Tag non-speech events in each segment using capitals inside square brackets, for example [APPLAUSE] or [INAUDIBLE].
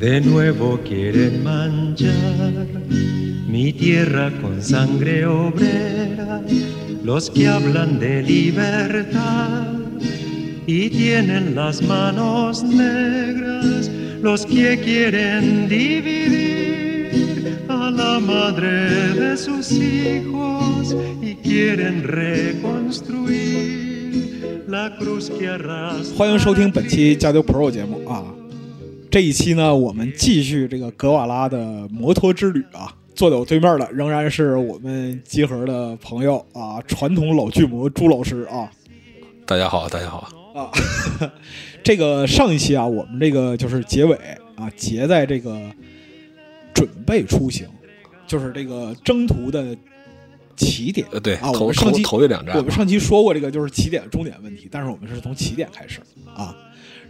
De nuevo quieren manchar mi tierra con sangre obrera, los que hablan de libertad y tienen las manos negras, los que quieren dividir a la madre de sus hijos y quieren reconstruir la cruz que arrastra. 欢迎收听本期《加丢 Pro》节目啊！这一期呢，我们继续这个格瓦拉的摩托之旅啊。坐在我对面的仍然是我们集合的朋友啊，传统老巨魔朱老师啊大家好，大家好。啊！这个上一期啊，我们这个就是结尾啊，结在这个准备出行，就是这个征途的起点呃，对，啊我头们上头期头一两站我，们上期说过这个就是起点终点问题，但是我们是从起点开始啊。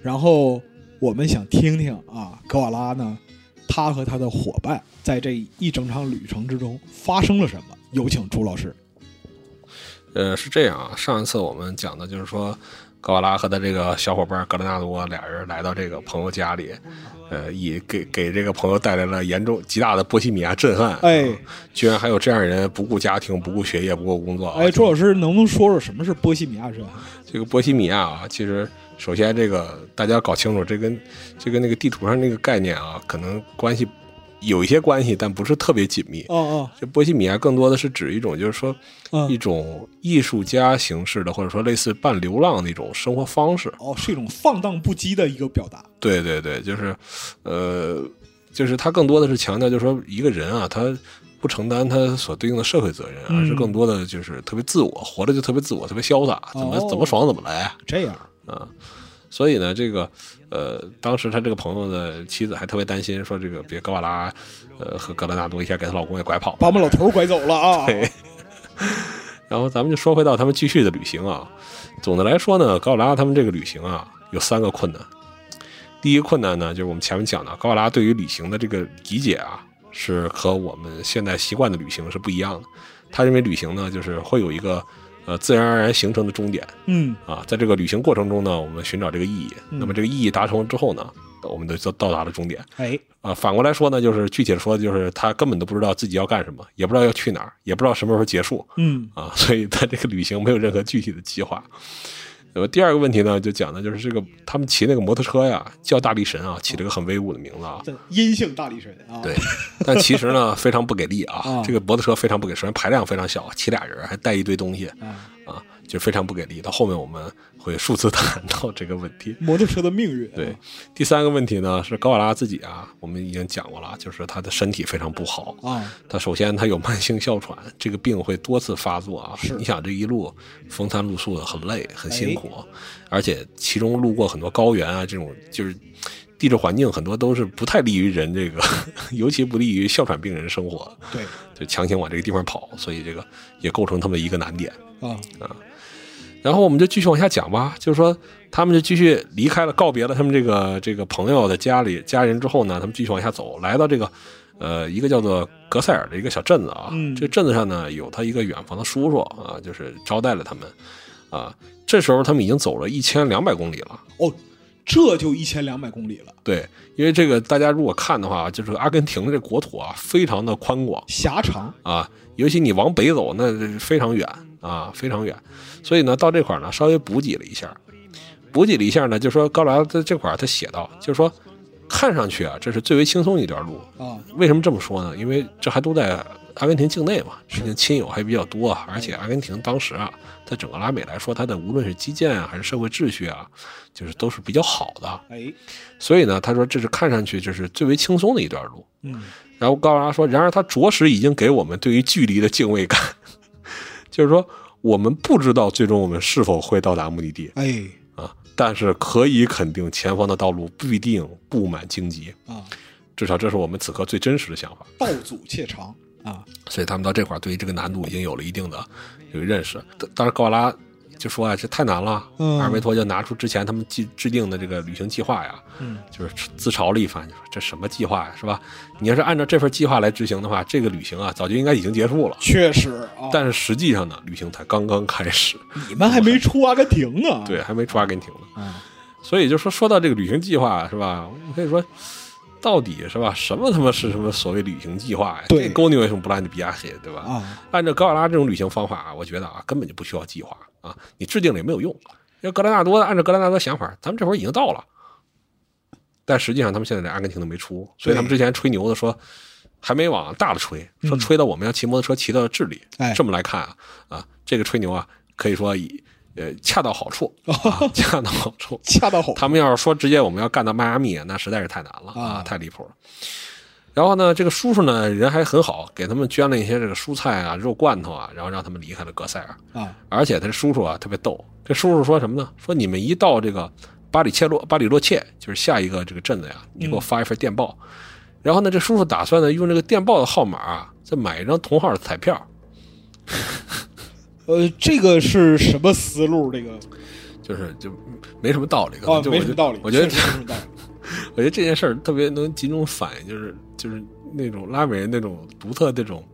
然后我们想听听啊，格瓦拉呢，他和他的伙伴在这一整场旅程之中发生了什么？有请朱老师。呃，是这样啊。上一次我们讲的就是说，高拉和他这个小伙伴格兰纳多俩人来到这个朋友家里，呃，也给给这个朋友带来了严重极大的波西米亚震撼。啊哎居然还有这样人不顾家庭、不顾学业、不顾工作啊。哎，朱老师能不能说说什么是波西米亚人？这个波西米亚啊，其实首先这个大家搞清楚，这跟这跟那个地图上那个概念啊，可能关系有一些关系，但不是特别紧密。哦哦这波西米亚更多的是指一种，就是说一嗯，种艺术家形式的，或者说类似半流浪的一种生活方式。哦，是一种放荡不羁的一个表达。对对对，就是，呃，就是他更多的是强调，就是说一个人啊，他不承担他所对应的社会责任，而是嗯更多的就是特别自我，活着就特别自我，特别潇洒，怎么哦怎么爽怎么来这样，啊。所以呢，这个呃，当时他这个朋友的妻子还特别担心，说这个别格瓦拉，呃，和格兰纳多一下给她老公也拐跑了，把我们老头儿拐走了啊！哎 [LAUGHS] 对然后咱们就说回到他们继续的旅行啊。总的来说呢，高瓦拉他们这个旅行啊，有三个困难。第一个困难呢，就是我们前面讲的，高瓦拉对于旅行的这个理解啊，是和我们现在习惯的旅行是不一样的。他认为旅行呢，就是会有一个呃自然而然形成的终点嗯，啊，在这个旅行过程中呢，我们寻找这个意义。嗯那么这个意义达成之后呢，我们就就到达了终点。哎，啊，反过来说呢，就是具体的说，就是他根本都不知道自己要干什么，也不知道要去哪儿，也不知道什么时候结束。嗯啊，所以他这个旅行没有任何具体的计划。那么第二个问题呢，就讲的就是这个他们骑那个摩托车呀，叫大力神啊，起了个很威武的名字啊，这阴性大力神啊！对但其实呢非常不给力啊啊，这个摩托车非常不给力，首先排量非常小，骑俩人还带一堆东西啊，啊，就非常不给力。到后面我们会数次谈到这个问题。摩托车的命运啊。对，第三个问题呢是高瓦拉自己啊，我们已经讲过了，就是他的身体非常不好，啊，他首先他有慢性哮喘，这个病会多次发作啊是。你想这一路风餐露宿的很累很辛苦，而且其中路过很多高原啊，这种就是地质环境很多都是不太利于人这个， [LAUGHS] 尤其不利于哮喘病人生活，对就强行往这个地方跑，所以这个也构成他们的一个难点。啊，然后我们就继续往下讲吧，就是说他们就继续离开了，告别了他们这个这个朋友的家里家人之后呢，他们继续往下走，来到这个呃一个叫做格塞尔的一个小镇子啊，嗯这镇子上呢有他一个远房的叔叔啊，就是招待了他们啊。这时候他们已经走了一千两百公里了，哦，这就一千两百公里了，对，因为这个大家如果看的话，就是阿根廷的这国土啊非常的宽广，狭长。啊，尤其你往北走，那是非常远啊，非常远。所以呢，到这块儿呢，稍微补给了一下，补给了一下呢，就说高达在这块儿他写到，就是说，看上去啊，这是最为轻松一段路。啊，为什么这么说呢？因为这还都在阿根廷境内嘛，毕竟亲友还比较多啊，而且阿根廷当时啊，在整个拉美来说，它的无论是基建啊，还是社会秩序啊，就是都是比较好的。哎，所以呢，他说这是看上去就是最为轻松的一段路。嗯，然后高拉说，然而他着实已经给我们对于距离的敬畏感， [LAUGHS] 就是说我们不知道最终我们是否会到达目的地哎，啊，但是可以肯定前方的道路必定布满荆棘，啊，至少这是我们此刻最真实的想法。道阻且长啊，所以他们到这块儿对于这个难度已经有了一定的有个认识。当当时高拉就说啊，这太难了。嗯阿尔维托就拿出之前他们制制定的这个旅行计划呀，嗯，就是自嘲了一番，就说这什么计划呀，是吧？你要是按照这份计划来执行的话，这个旅行啊早就应该已经结束了。确实啊，但是实际上呢，旅行才刚刚开始，你们还 [LAUGHS] 没出阿根廷呢，对，还没出阿根廷呢。啊，所以就说说到这个旅行计划是吧？我可以说，到底是吧？什么他妈是什么所谓旅行计划呀？对这狗你为什么不按比亚黑，对吧？啊，按照高瓦拉这种旅行方法啊，我觉得啊，根本就不需要计划啊，你制定了也没有用。要格兰纳多按照格兰纳多想法，咱们这会儿已经到了，但实际上他们现在连阿根廷都没出，所以他们之前吹牛的说还没往大了吹，说吹到我们要骑摩托车骑到智利。哎这么来看啊，啊，这个吹牛啊，可以说以呃恰到好处，啊、恰到好处。恰到好，他们要是说直接我们要干到迈阿密，那实在是太难了啊啊，太离谱了。然后呢，这个叔叔呢人还很好，给他们捐了一些这个蔬菜啊、肉罐头啊，然后让他们离开了格塞尔。啊而且他这叔叔啊特别逗，这叔叔说什么呢？说你们一到这个巴里切洛巴里洛切，就是下一个这个镇子呀，你给我嗯发一份电报。然后呢，这叔叔打算呢用这个电报的号码啊，再买一张同号的彩票。呃，这个是什么思路？这个就是就没什么道理，可能哦，就没我什么觉道理，我觉得确实没什么道理。我觉得这件事儿特别能集中反映，就是就是那种拉美人那种独特那种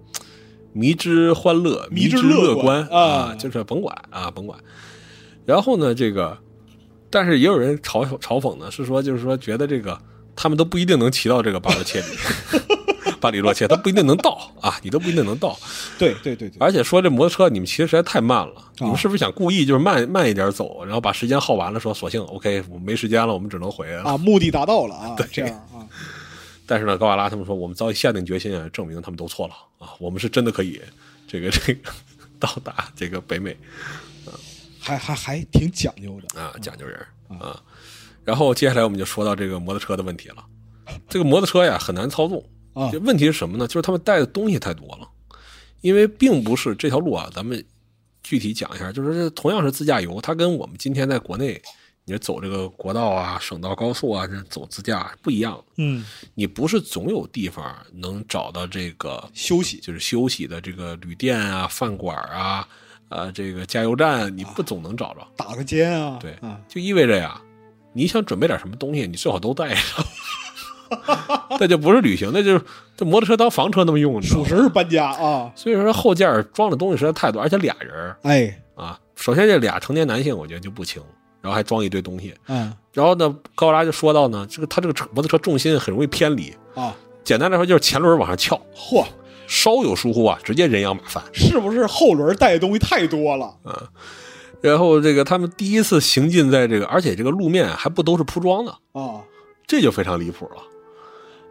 迷之欢乐、迷之之乐乐观啊啊，就是甭管啊，甭管。然后呢，这个，但是也有人嘲嘲讽呢，是说就是说觉得这个他们都不一定能骑到这个巴洛切里， [LAUGHS] 巴里洛切，他不一定能到啊，你都不一定能到。对对对 [LAUGHS] 对，而且说这摩托车你们骑的实在太慢了，你啊们是不是想故意就是慢慢一点走，然后把时间耗完了说，索性 OK，我们没时间了，我们只能回来了。啊，目的达到了 [LAUGHS] 啊，这样啊，但是呢，高瓦拉他们说，我们早已下定决心啊，证明他们都错了啊，我们是真的可以这个 [LAUGHS] 这个到达这个北美还还还挺讲究的。啊，讲究人儿啊。然后接下来我们就说到这个摩托车的问题了。这个摩托车呀很难操纵啊这问题是什么呢？就是他们带的东西太多了，因为并不是这条路啊，咱们具体讲一下，就是这同样是自驾游，它跟我们今天在国内你走这个国道啊、省道、高速啊，这走自驾不一样。嗯，你不是总有地方能找到这个休息就是休息的这个旅店啊、饭馆啊、呃这个加油站，你不总能找着。打个尖啊，对啊，就意味着呀，你想准备点什么东西，你最好都带上。 [LAUGHS] 那就不是旅行，那就是这摩托车当房车那么用，你知属道吗实是搬家啊。所以说后件儿装的东西实在太多，而且俩人儿哎，啊，首先这俩成年男性我觉得就不轻，然后还装一堆东西。嗯然后呢，高拉就说到呢，这个他这个车摩托车重心很容易偏离，啊，简单来说就是前轮往上翘，嚯，稍有疏忽啊，直接人仰马翻。是不是后轮带的东西太多了？然后这个他们第一次行进在这个，而且这个路面还不都是铺装的，啊，这就非常离谱了。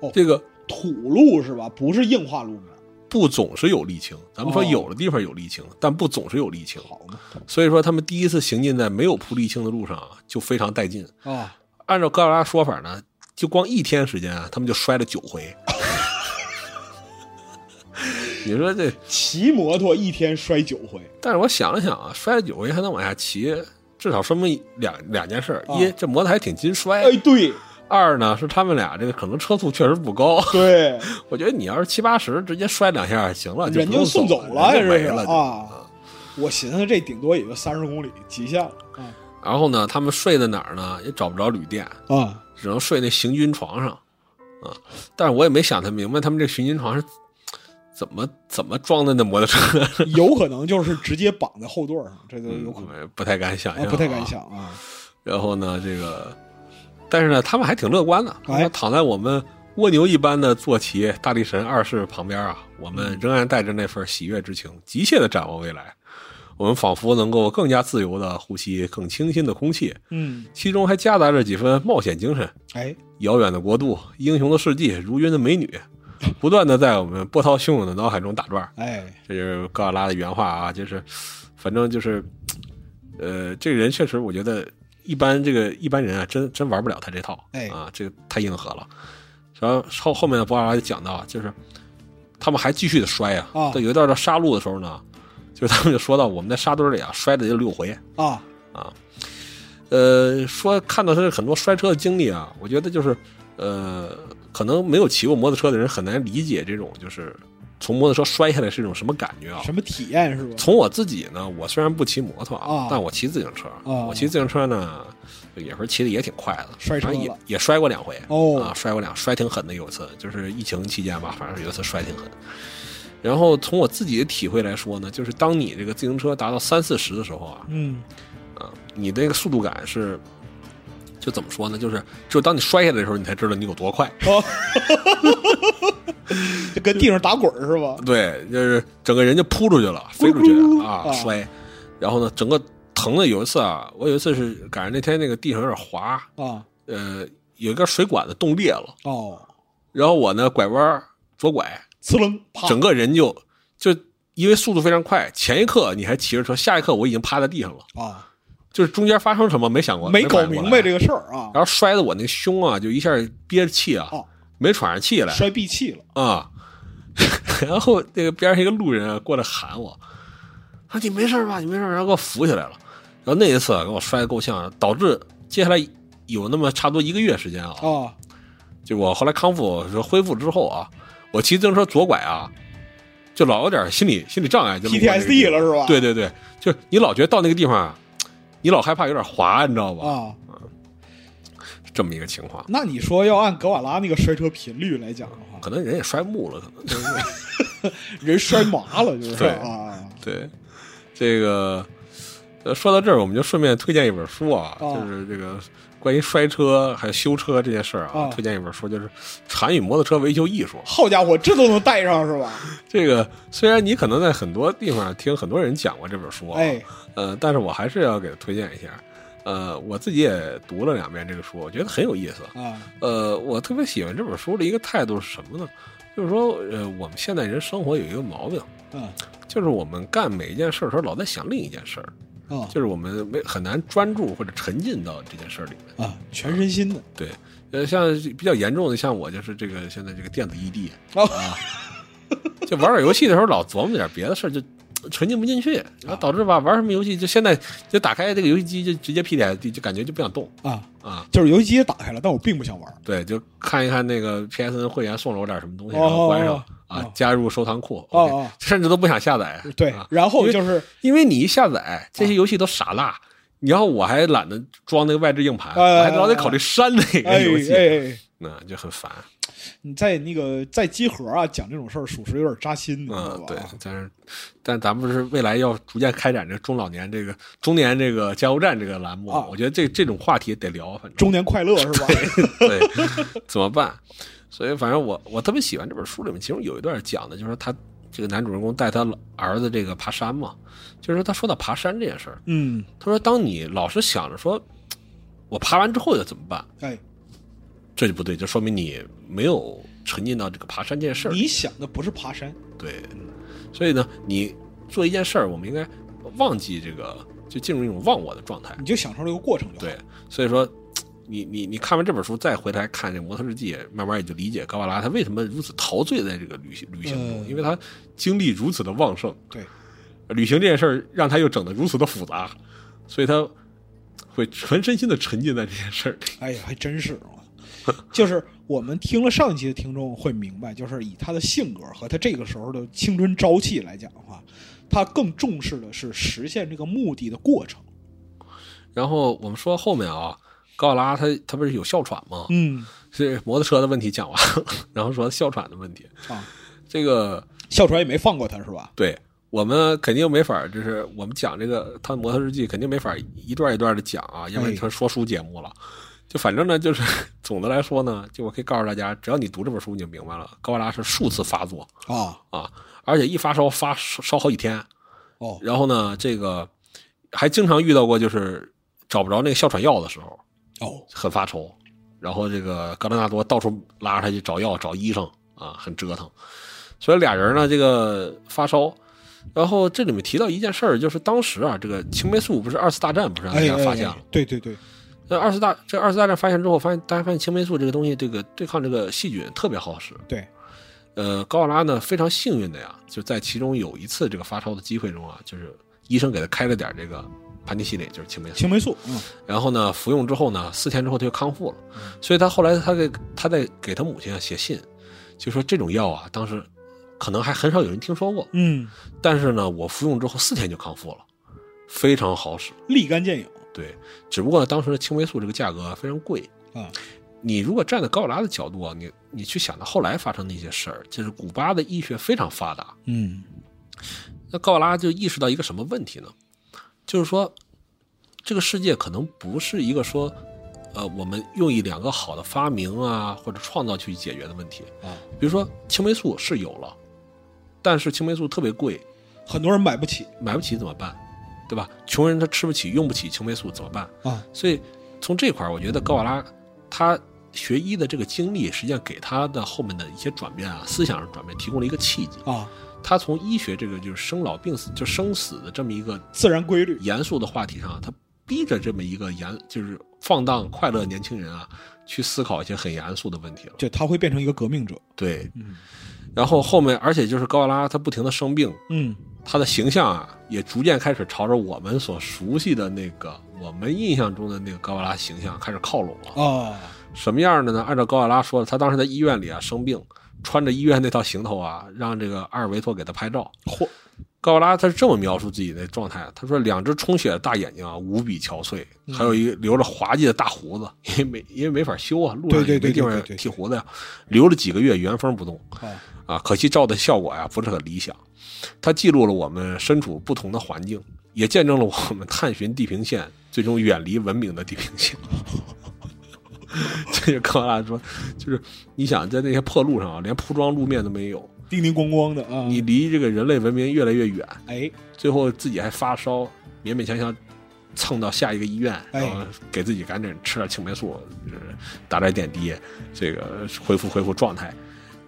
哦这个土路是吧？不是硬化路面，不总是有沥青，咱们说哦有的地方有沥青，但不总是有沥青。好嘛所以说他们第一次行进在没有铺沥青的路上啊，就非常带劲。啊，按照高拉拉说法呢，就光一天时间啊，他们就摔了九 [LAUGHS] 回。你说这，骑摩托一天摔九回但是我想了想啊，摔了九回还能往下骑，至少说明两两件事儿：啊一，这摩托还挺经摔；哎，对二呢，是他们俩这个可能车速确实不高。 [LAUGHS] 对，我觉得你要是七八十，直接摔两下行了，人不就用送走了，人就这没是了就啊。我寻思这顶多也就三十公里极限了啊然后呢，他们睡在哪儿呢？也找不着旅店，啊，只能睡那行军床上，啊！但是我也没想太明白，他们这行军床是怎么怎么装的那摩托车，有可能就是直接绑在后座上，这都 [LAUGHS] 有可能不太敢嗯想嗯啊象、，不太敢。想啊。然后呢，这个，但是呢，他们还挺乐观的，哎躺在我们蜗牛一般的坐骑大力神二世旁边啊，我们仍然带着那份喜悦之情，急切地展望未来。我们仿佛能够更加自由地呼吸更清新的空气，嗯，其中还夹杂着几分冒险精神。哎，遥远的国度、英雄的事迹、如云的美女，不断的在我们波涛汹涌的脑海中打转。哎，这就是高尔拉的原话啊，就是，反正就是，呃，这个人确实，我觉得一般这个一般人啊，真真玩不了他这套，哎啊，这个太硬核了。然后后后面的博尔拉就讲到啊，就是他们还继续的摔啊，啊到有一段到杀戮的时候呢，就是他们就说到我们在沙堆里啊摔了有六回，啊，呃，说看到他这很多摔车的经历啊，我觉得就是，呃，可能没有骑过摩托车的人很难理解这种就是从摩托车摔下来是一种什么感觉啊。什么体验是吧？从我自己呢，我虽然不骑摩托啊但我骑自行车。啊我骑自行车呢，也是骑的也挺快的，摔车反正了也也摔过两回。哦啊，摔过两摔挺狠的，有一次就是疫情期间吧，反正有一次摔挺狠。然后从我自己的体会来说呢，就是当你这个自行车达到三四十的时候啊，嗯，啊，你那个速度感是，就怎么说呢？就是只有当你摔下来的时候，你才知道你有多快。哦，就 [LAUGHS] 跟地上打滚儿是吧？对，就是整个人就扑出去了，飞出去啊啊，摔。然后呢，整个疼的有一次啊，我有一次是赶上那天那个地上有点滑，啊，呃，有一根水管子冻裂了，哦，然后我呢拐弯儿左拐，呲楞，啪，整个人就就因为速度非常快，前一刻你还骑着车，下一刻我已经趴在地上了，啊，就是中间发生什么没想过，没没搞明白这个。个事儿啊，然后摔的我那胸啊，就一下憋着气啊，哦没喘上气来摔闭气了，啊。 [LAUGHS] 然后那个边上一个路人啊过来喊我，说你没事吧？你没事吧？然后给我扶起来了。然后那一次啊给我摔得够呛，导致接下来有那么差不多一个月时间啊，啊，就我后来康复说恢复之后啊，我骑自行车左拐啊，就老有点心理心理障碍，就 PTSD 了是吧对对对，就是你老觉得到那个地方啊，你老害怕有点滑，你知道吧？啊，这么一个情况，那你说要按格瓦拉那个摔车频率来讲的话，可能人也摔木了，可能就是人摔麻了就是对啊对这个。呃，说到这儿，我们就顺便推荐一本书啊，哦就是这个关于摔车还有修车这些事儿啊，哦推荐一本书，就是《禅与摩托车维修艺术》。好家伙，这都能带上是吧？这个虽然你可能在很多地方听很多人讲过这本书啊，哎，呃，但是我还是要给他推荐一下。呃，我自己也读了两遍这个书，我觉得很有意思。啊呃，我特别喜欢这本书的一个态度是什么呢？就是说，呃，我们现代人生活有一个毛病，嗯就是我们干每一件事儿的时候，老在想另一件事儿，啊就是我们没很难专注或者沉浸到这件事儿里面。啊，全身心的对，呃，像比较严重的，像我就是这个现在这个电子异地，啊就玩点游戏的时候老琢磨点别的事儿，就沉浸不进去，然后导致吧玩什么游戏就现在就打开这个游戏机就直接 PDSD，就感觉就不想动啊，啊。就是游戏机也打开了，但我并不想玩儿对，就看一看那个 PSN 会员送了我点什么东西，哦然后关上哦啊哦，加入收藏库，哦 OK，哦甚至都不想下载。对啊，然后就是因为你一下啊载这些游戏都傻辣，然后我还懒得装那个外置硬盘，哎哎哎我还老得考虑删那哎个游戏，啊哎哎，那就很 [LAUGHS] 烦。你在那个在集合啊讲这种事儿，属实有点扎心，你知道嗯，吧？对，但是，但咱们是未来要逐渐开展这个中老年这个中年这个加油站这个栏目，啊我觉得这这种话题得聊， [LAUGHS] 反正中年快乐是吧？对， [LAUGHS] 怎么办？所以反正我我特别喜欢这本书里面，其中有一段讲的就是他这个男主人公带他老儿子这个爬山嘛，就是他说到爬山这件事儿，嗯，他说当你老是想着说我爬完之后要怎么办，哎，这就不对，就说明你没有沉浸到这个爬山这件事儿里。你想的不是爬山，对，所以呢，你做一件事儿，我们应该忘记这个，就进入一种忘我的状态你。就享受这个过程就好。对，所以说，你你你看完这本书，再回来看这《摩托日记》，慢慢也就理解高瓦拉他为什么如此陶醉在这个旅行旅行中，嗯因为他精力如此的旺盛，对，旅行这件事儿让他又整得如此的复杂，所以他会全身心的沉浸在这件事儿里。哎呀，还真是啊。 [LAUGHS] 就是我们听了上一期的听众会明白，就是以他的性格和他这个时候的青春朝气来讲的话，他更重视的是实现这个目的的过程。然后我们说后面啊，高瓦拉他他不是有哮喘吗？嗯是摩托车的问题讲完了，然后说哮喘的问题。啊，这个哮喘也没放过他是吧？对我们肯定没法儿，就是我们讲这个他的摩托日记肯定没法儿一段一段的讲啊，要不然成说书节目了。就反正呢，就是 [LAUGHS] 总的来说呢，就我可以告诉大家，只要你读这本书，你就明白了，高瓦拉是数次发作啊啊，而且一发烧发烧烧好几天，哦然后呢，这个还经常遇到过就是找不着那个哮喘药的时候，哦很发愁。然后这个格兰纳多到处拉着他去找药、找医生啊，很折腾。所以俩人呢，这个发烧。然后这里面提到一件事儿，就是当时啊，这个青霉素不是二次大战不是让大哎，家哎发现了？哎对对对，那二次大这二次大战发现之后，发现大家发现青霉素这个东西，这个对抗这个细菌特别好使。对，呃，高瓦拉呢非常幸运的呀，就在其中有一次这个发烧的机会中啊，就是医生给他开了点这个盘尼西林，就是青霉素。青霉素，嗯然后呢，服用之后呢，四天之后他就康复了。所以他后来他给他在给他母亲啊写信，就说这种药啊，当时可能还很少有人听说过，嗯，但是呢，我服用之后四天就康复了，非常好使。立竿见影对，只不过当时的青霉素这个价格非常贵。啊你如果站在高瓦拉的角度啊，你你去想到后来发生的一些事儿，就是古巴的医学非常发达，嗯那高瓦拉就意识到一个什么问题呢？就是说，这个世界可能不是一个说呃，我们用一两个好的发明啊或者创造去解决的问题。啊，比如说青霉素是有了，但是青霉素特别贵，很多人买不起买不起怎么办？对吧？穷人他吃不起，用不起青霉素怎么办？啊，所以从这块儿，我觉得高瓦拉他学医的这个经历，实际上给他的后面的一些转变啊，思想上转变提供了一个契机。啊，他他从医学这个就是生老病死，就生死的这么一个自然规律严肃的话题上，他逼着这么一个严就是放荡快乐的年轻人啊，去思考一些很严肃的问题了。就他会变成一个革命者。对，嗯然后后面而且就是高瓦拉他不停的生病，嗯他的形象啊，也逐渐开始朝着我们所熟悉的那个我们印象中的那个高瓦拉形象开始靠拢了。啊什么样的呢？按照高瓦拉说的，他当时在医院里啊生病，穿着医院那套行头啊，让这个阿尔维托给他拍照。嚯高瓦拉他是这么描述自己的状态，啊他说两只充血的大眼睛啊，无比憔悴，嗯还有一个留着滑稽的大胡子，因为没因为没法修啊，路上对也对没地对方对对对剃胡子呀，留了几个月原封不动。啊啊，可惜照的效果呀不是很理想。它记录了我们身处不同的环境，也见证了我们探寻地平线，最终远离文明的地平线。 [LAUGHS] 这就高拉说，就是你想在那些破路上啊，连铺装路面都没有，叮叮咣咣的啊！你离这个人类文明越来越远，哎最后自己还发烧，勉勉强强蹭到下一个医院，哎然后给自己赶紧吃点青霉素，就是打点点滴，这个恢复恢复状态，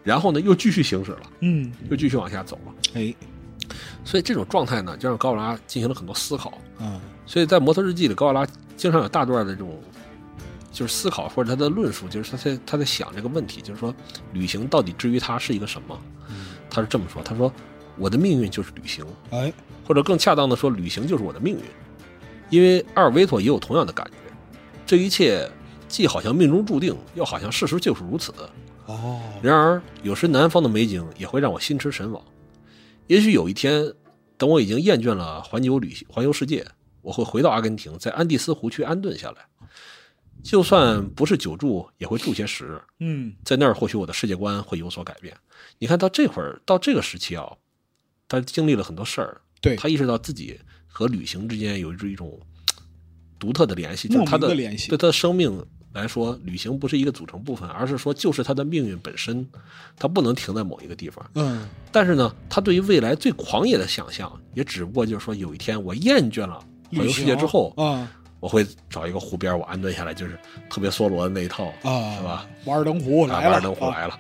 然后呢又继续行驶了。嗯又继续往下走了。哎所以这种状态呢，就让高瓦拉进行了很多思考。啊所以在《摩托日记》里，高瓦拉经常有大段的这种就是思考或者他的论述，就是他在他在想这个问题，就是说旅行到底至于他是一个什么？他是这么说，他说我的命运就是旅行，哎或者更恰当的说，旅行就是我的命运。因为阿尔维托也有同样的感觉，这一切既好像命中注定，又好像事实就是如此。哦然而，有时南方的美景也会让我心驰神往。也许有一天，等我已经厌倦了环游旅行、环游世界，我会回到阿根廷，在安第斯湖区安顿下来。就算不是久住，也会住些时日。嗯在那儿，或许我的世界观会有所改变。你看到这会儿，到这个时期啊，他经历了很多事儿，对他意识到自己和旅行之间有一种嘖独特的联系，就是莫名他的联系对他的生命来说，旅行不是一个组成部分，而是说就是他的命运本身，他不能停在某一个地方。嗯但是呢，他对于未来最狂野的想象，也只不过就是说，有一天我厌倦了环游世界之后，啊我会找一个湖边，我安顿下来，就是特别梭罗的那一套，啊是吧？？瓦尔登湖来瓦了，尔登湖哎啊来了。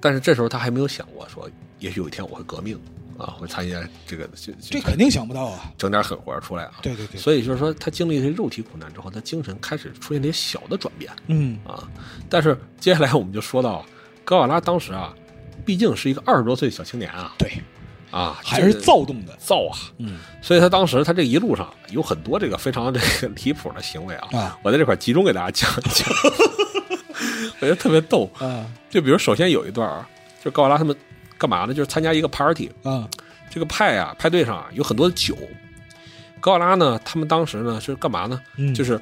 但是这时候他还没有想过说，也许有一天我会革命啊，会参加这个，这这肯定想不到啊！整点狠活出来啊。对对对，所以就是说，他经历这肉体苦难之后，他精神开始出现了一些小的转变嗯啊。但是接下来我们就说到高瓦拉当时啊，毕竟是一个二十多岁的小青年啊对，啊，还是这个躁动的，造啊，嗯所以他当时他这一路上有很多这个非常这个离谱的行为啊。啊我在这块集中给大家讲一 [LAUGHS] 讲，我觉得特别逗。啊就比如首先有一段啊，就是高瓦拉他们干嘛呢？就是参加一个 party，啊这个派啊派对上啊有很多酒。高瓦拉呢，他们当时呢是干嘛呢？嗯就是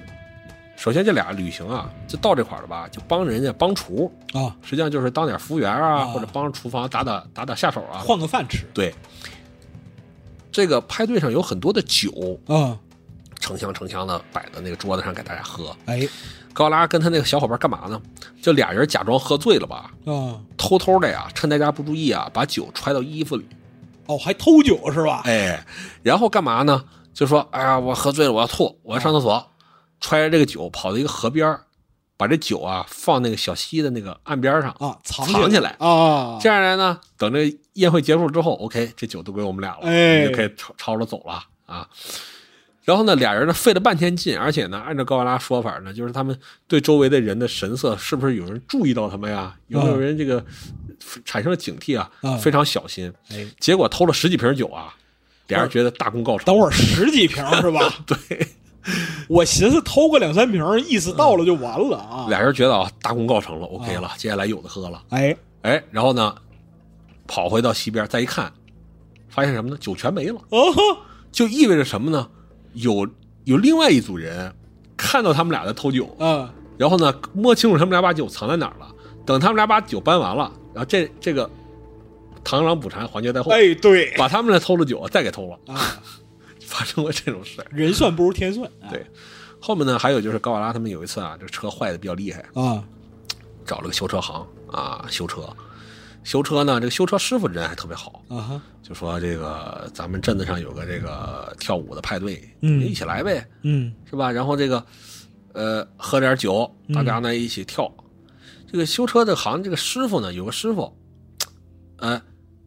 首先这俩旅行啊，就到这块儿了吧，就帮人家帮厨，啊，实际上就是当点服务员啊，啊或者帮厨房打打打打下手啊。换个饭吃对，这个派对上有很多的酒，啊！成箱成箱的摆在那个桌子上给大家喝。哎高拉跟他那个小伙伴干嘛呢？就俩人假装喝醉了吧，啊偷偷的呀，趁大家不注意啊，把酒揣到衣服里，哦，还偷酒是吧？哎，然后干嘛呢？就说，哎呀，我喝醉了，我要吐，我要上厕所，揣着这个酒跑到一个河边儿，把这酒啊放那个小溪的那个岸边上，啊，藏藏起来啊，这样来呢，等这宴会结束之后，OK，这酒都归我们俩了，哎你就可以抄抄着走了啊。然后呢，俩人呢费了半天劲，而且呢，按照高瓦拉说法呢，就是他们对周围的人的神色，是不是有人注意到他们呀？有没有人这个呃产生了警惕啊？嗯非常小心。哎，结果偷了十几瓶酒啊，俩人觉得大功告成。等会儿十几瓶是吧？ [LAUGHS] 对，我寻思偷个两三瓶，意思到了就完了啊。俩人觉得啊大功告成了，OK 了，接下来有的喝了。哎，哎，然后呢，跑回到溪边再一看，发现什么呢？酒全没了。哦呵，就意味着什么呢？有有另外一组人看到他们俩在偷酒，啊然后呢摸清楚他们俩把酒藏在哪儿了。等他们俩把酒搬完了，然后这这个螳螂捕蝉，黄雀在后，哎，对把 [LAUGHS] 他们俩偷了酒再给偷了，啊，发生过这种事儿。人算不如天算。对，后面呢，还有就是高瓦拉他们有一次啊，这车坏的比较厉害，啊找了个修车行啊修车。修车呢，这个修车师傅人还特别好，啊哈，就说这个咱们镇子上有个这个跳舞的派对，嗯一起来呗，嗯是吧？然后这个呃喝点酒，大家呢一起跳。这个修车这行这个师傅呢，有个师傅，呃，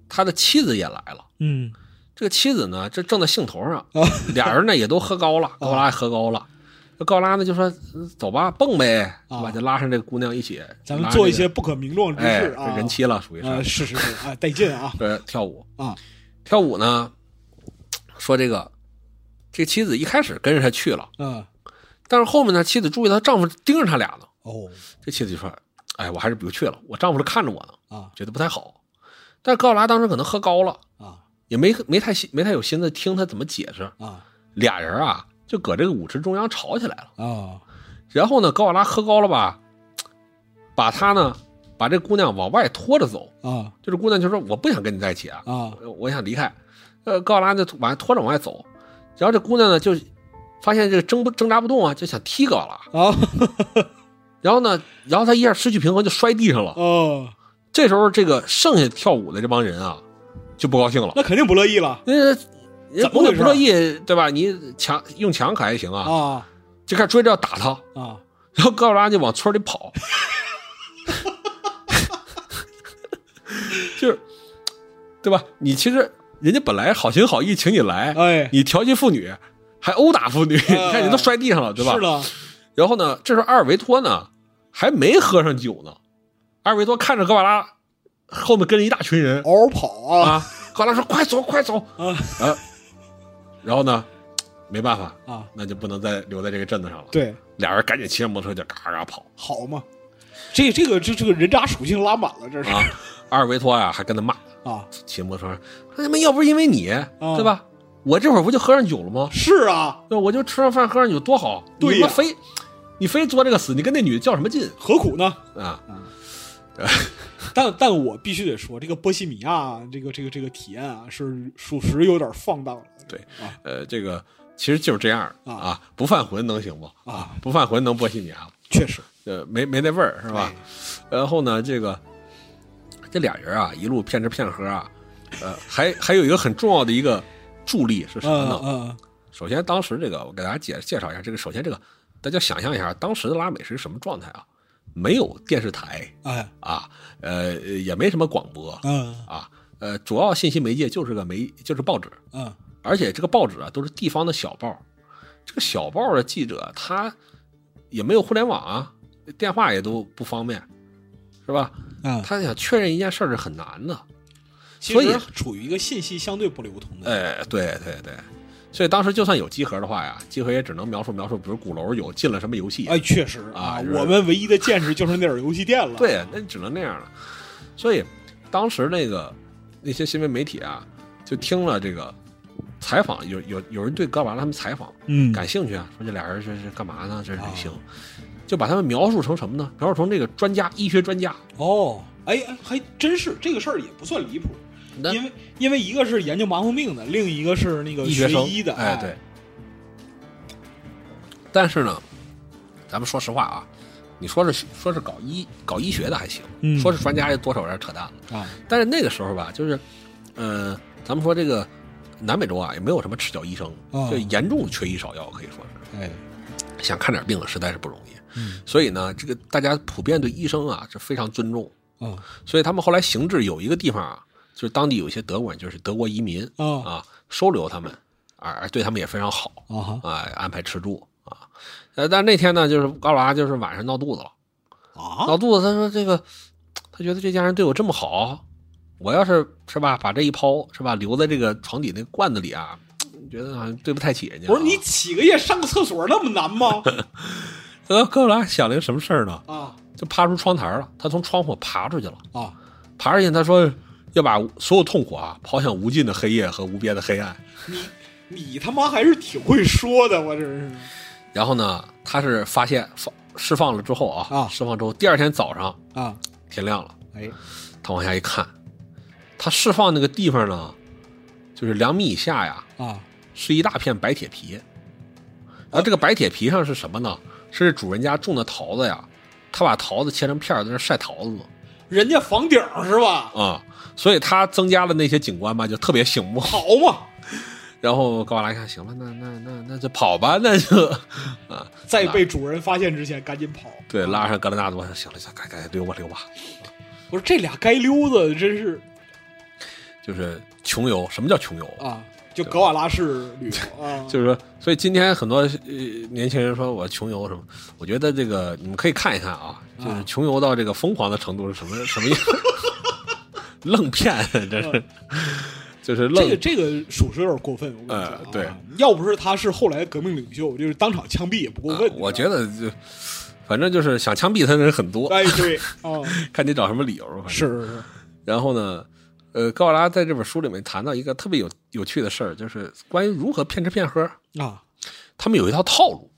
他的妻子也来了。嗯这个妻子呢，这正在兴头上啊，俩人呢也都 [LAUGHS] 喝高了，高拉也喝高了。这高拉呢就说：“呃走吧，蹦呗，啊是吧？”就拉上这个姑娘一起，咱们拉做一这些个不可名状之哎事啊，这人妻了，属于啊，是是是是啊，带劲 [LAUGHS] 啊这跳舞啊跳舞呢。说这个，这妻子一开始跟着他去了，嗯但是后面呢，妻子注意到她丈夫盯着他俩呢，哦这妻子就说：“哎，我还是不去了，我丈夫是看着我呢，啊觉得不太好。”但是高拉当时可能喝高了，啊也没没太心没太有心思听他怎么解释。啊俩人啊，就搁这个舞池中央吵起来了。啊然后呢，高瓦拉喝高了吧，把他呢，把这姑娘往外拖着走。啊就是姑娘就说：“我不想跟你在一起啊，啊我我想离开。”呃，高瓦拉就往外拖着往外走，然后这姑娘呢就发现这个挣不挣扎不动啊，就想踢高瓦拉。啊然后呢，然后他一下失去平衡就摔地上了。哦，这时候，这个剩下跳舞的这帮人啊，就不高兴了。那肯定不乐意了那人怎姑么回娘事啊不乐意，对吧？你强用强可还行啊，啊就开始追着要打他。啊然后高拉就往村里跑，就是对吧？你其实人家本来好心好意请你来，哎，你调戏妇女，还殴打妇女，你看人都摔地上了，对吧？啊是的，然后呢，这时候阿尔维托呢还没喝上酒呢，阿尔维托看着格瓦拉后面跟着一大群人嗷嗷跑啊啊，格瓦拉说：“快走，快走！”啊啊，然后呢，没办法，啊，那就不能再留在这个镇子上了。，对，俩人赶紧骑着摩托车就嘎嘎跑好嘛，这这个这这个人渣属性拉满了，这是啊！阿尔维托呀、还跟他骂，啊骑摩托车说：“哎他妈要不是因为你，嗯对吧？我这会儿不就喝上酒了吗？是啊，对，我就吃上饭喝上酒多好。对你他妈呀非你非作这个死，你跟那女的较什么劲何苦呢？啊？但但我必须得说，这个波西米亚这个这个这个体验啊，是属实有点放荡了对啊，呃，这个其实就是这样儿啊啊，不犯浑能行不？啊，不犯浑能波西米亚吗？确实呃，没没那味儿是吧？哎然后呢，这个这俩人啊，一路骗吃骗喝啊，呃，还还有一个很重要的一个助力是什么呢？嗯首先，当时这个我给大家介介绍一下，这个首先这个大家想象一下，当时的拉美是什么状态啊？没有电视台嗯，哎啊，呃，也没什么广播嗯啊，呃，主要信息媒介就是个媒就是报纸，嗯而且这个报纸啊都是地方的小报，这个小报的记者他也没有互联网啊，电话也都不方便，是吧？嗯，他想确认一件事儿是很难的。其所以实处于一个信息相对不流通的，哎，对对对，所以当时就算有集合的话呀，集合也只能描述描述，比如鼓楼有进了什么游戏，哎，确实啊就是我们唯一的见识就是啊那点游戏店了，对，那只能那样了。所以当时那个那些新闻媒体啊，就听了这个采访，有有有人对戈瓦拉他们采访，嗯哦感兴趣啊，说这俩人这是干嘛呢？这是旅行，就把他们描述成什么呢？描述成这个专家，医学专家。哦，哎，哎还真是这个事儿也不算离谱，那因为因为一个是研究麻风病的，另一个是那个医学学生医的，哎哎，对。但是呢，咱们说实话啊，你说是说是搞医搞医学的还行，嗯说是专家这多少有点扯淡了。啊，但是那个时候吧，就是，呃，咱们说这个南美洲啊，也没有什么赤脚医生，啊就严重缺医少药，可以说是哎，想看点病了，实在是不容易。嗯所以呢，这个大家普遍对医生啊是非常尊重，啊所以他们后来行至有一个地方啊，就是当地有一些德国人，就是德国移民啊啊，收留他们，而而对他们也非常好。啊哈啊，安排吃住啊。呃，但是那天呢，就是高拉就是晚上闹肚子了，啊闹肚子，他说这个，他觉得这家人对我这么好，我要是是吧，把这一抛是吧，留在这个床底那罐子里啊，觉得好像对不太起人家、啊。不是你起个夜上个厕所那么难吗？呃，高拉想了一个什么事儿呢？啊就爬出窗台了，他从窗户爬出去了，啊爬出去，他说要把所有痛苦啊抛向无尽的黑夜和无边的黑暗。你你他妈还是挺会说的，我这是然后呢，他是发现放释放了之后啊，啊释放之后，第二天早上啊，天亮了。哎他往下一看，他释放那个地方呢，就是两米以下呀，啊是一大片白铁皮，然后这个白铁皮上是什么呢？是主人家种的桃子呀，他把桃子切成片儿在那儿晒桃子嘛人家房顶儿是吧？啊、所以他增加了那些景观吧，就特别醒目。好嘛，然后高瓦拉一看，行了，那那那那就跑吧，那就啊，在被主人发现之前赶紧跑。对，拉上格兰纳多，行了，行了赶赶紧溜吧溜吧，我说这俩街溜子真是就是穷游。什么叫穷游？啊，就格瓦拉式旅 [LAUGHS] 游啊，就是说，所以今天很多呃年轻人说我穷游什么，我觉得这个你们可以看一看啊，就是穷游到这个疯狂的程度是什么 [LAUGHS] 什么样，愣骗，这是就是嗯这愣个这个属实有点过分，我跟你讲、啊呃对，要不是他是后来革命领袖，就是当场枪毙也不过分。啊我你知觉道吗，得就反正就是想枪毙他的人很多，哎对，啊， [LAUGHS] 看你找什么理由吧。反正是是是，然后呢，呃，高拉在这本书里面谈到一个特别有有趣的事儿，就是关于如何骗吃骗喝，啊他们有一套套路。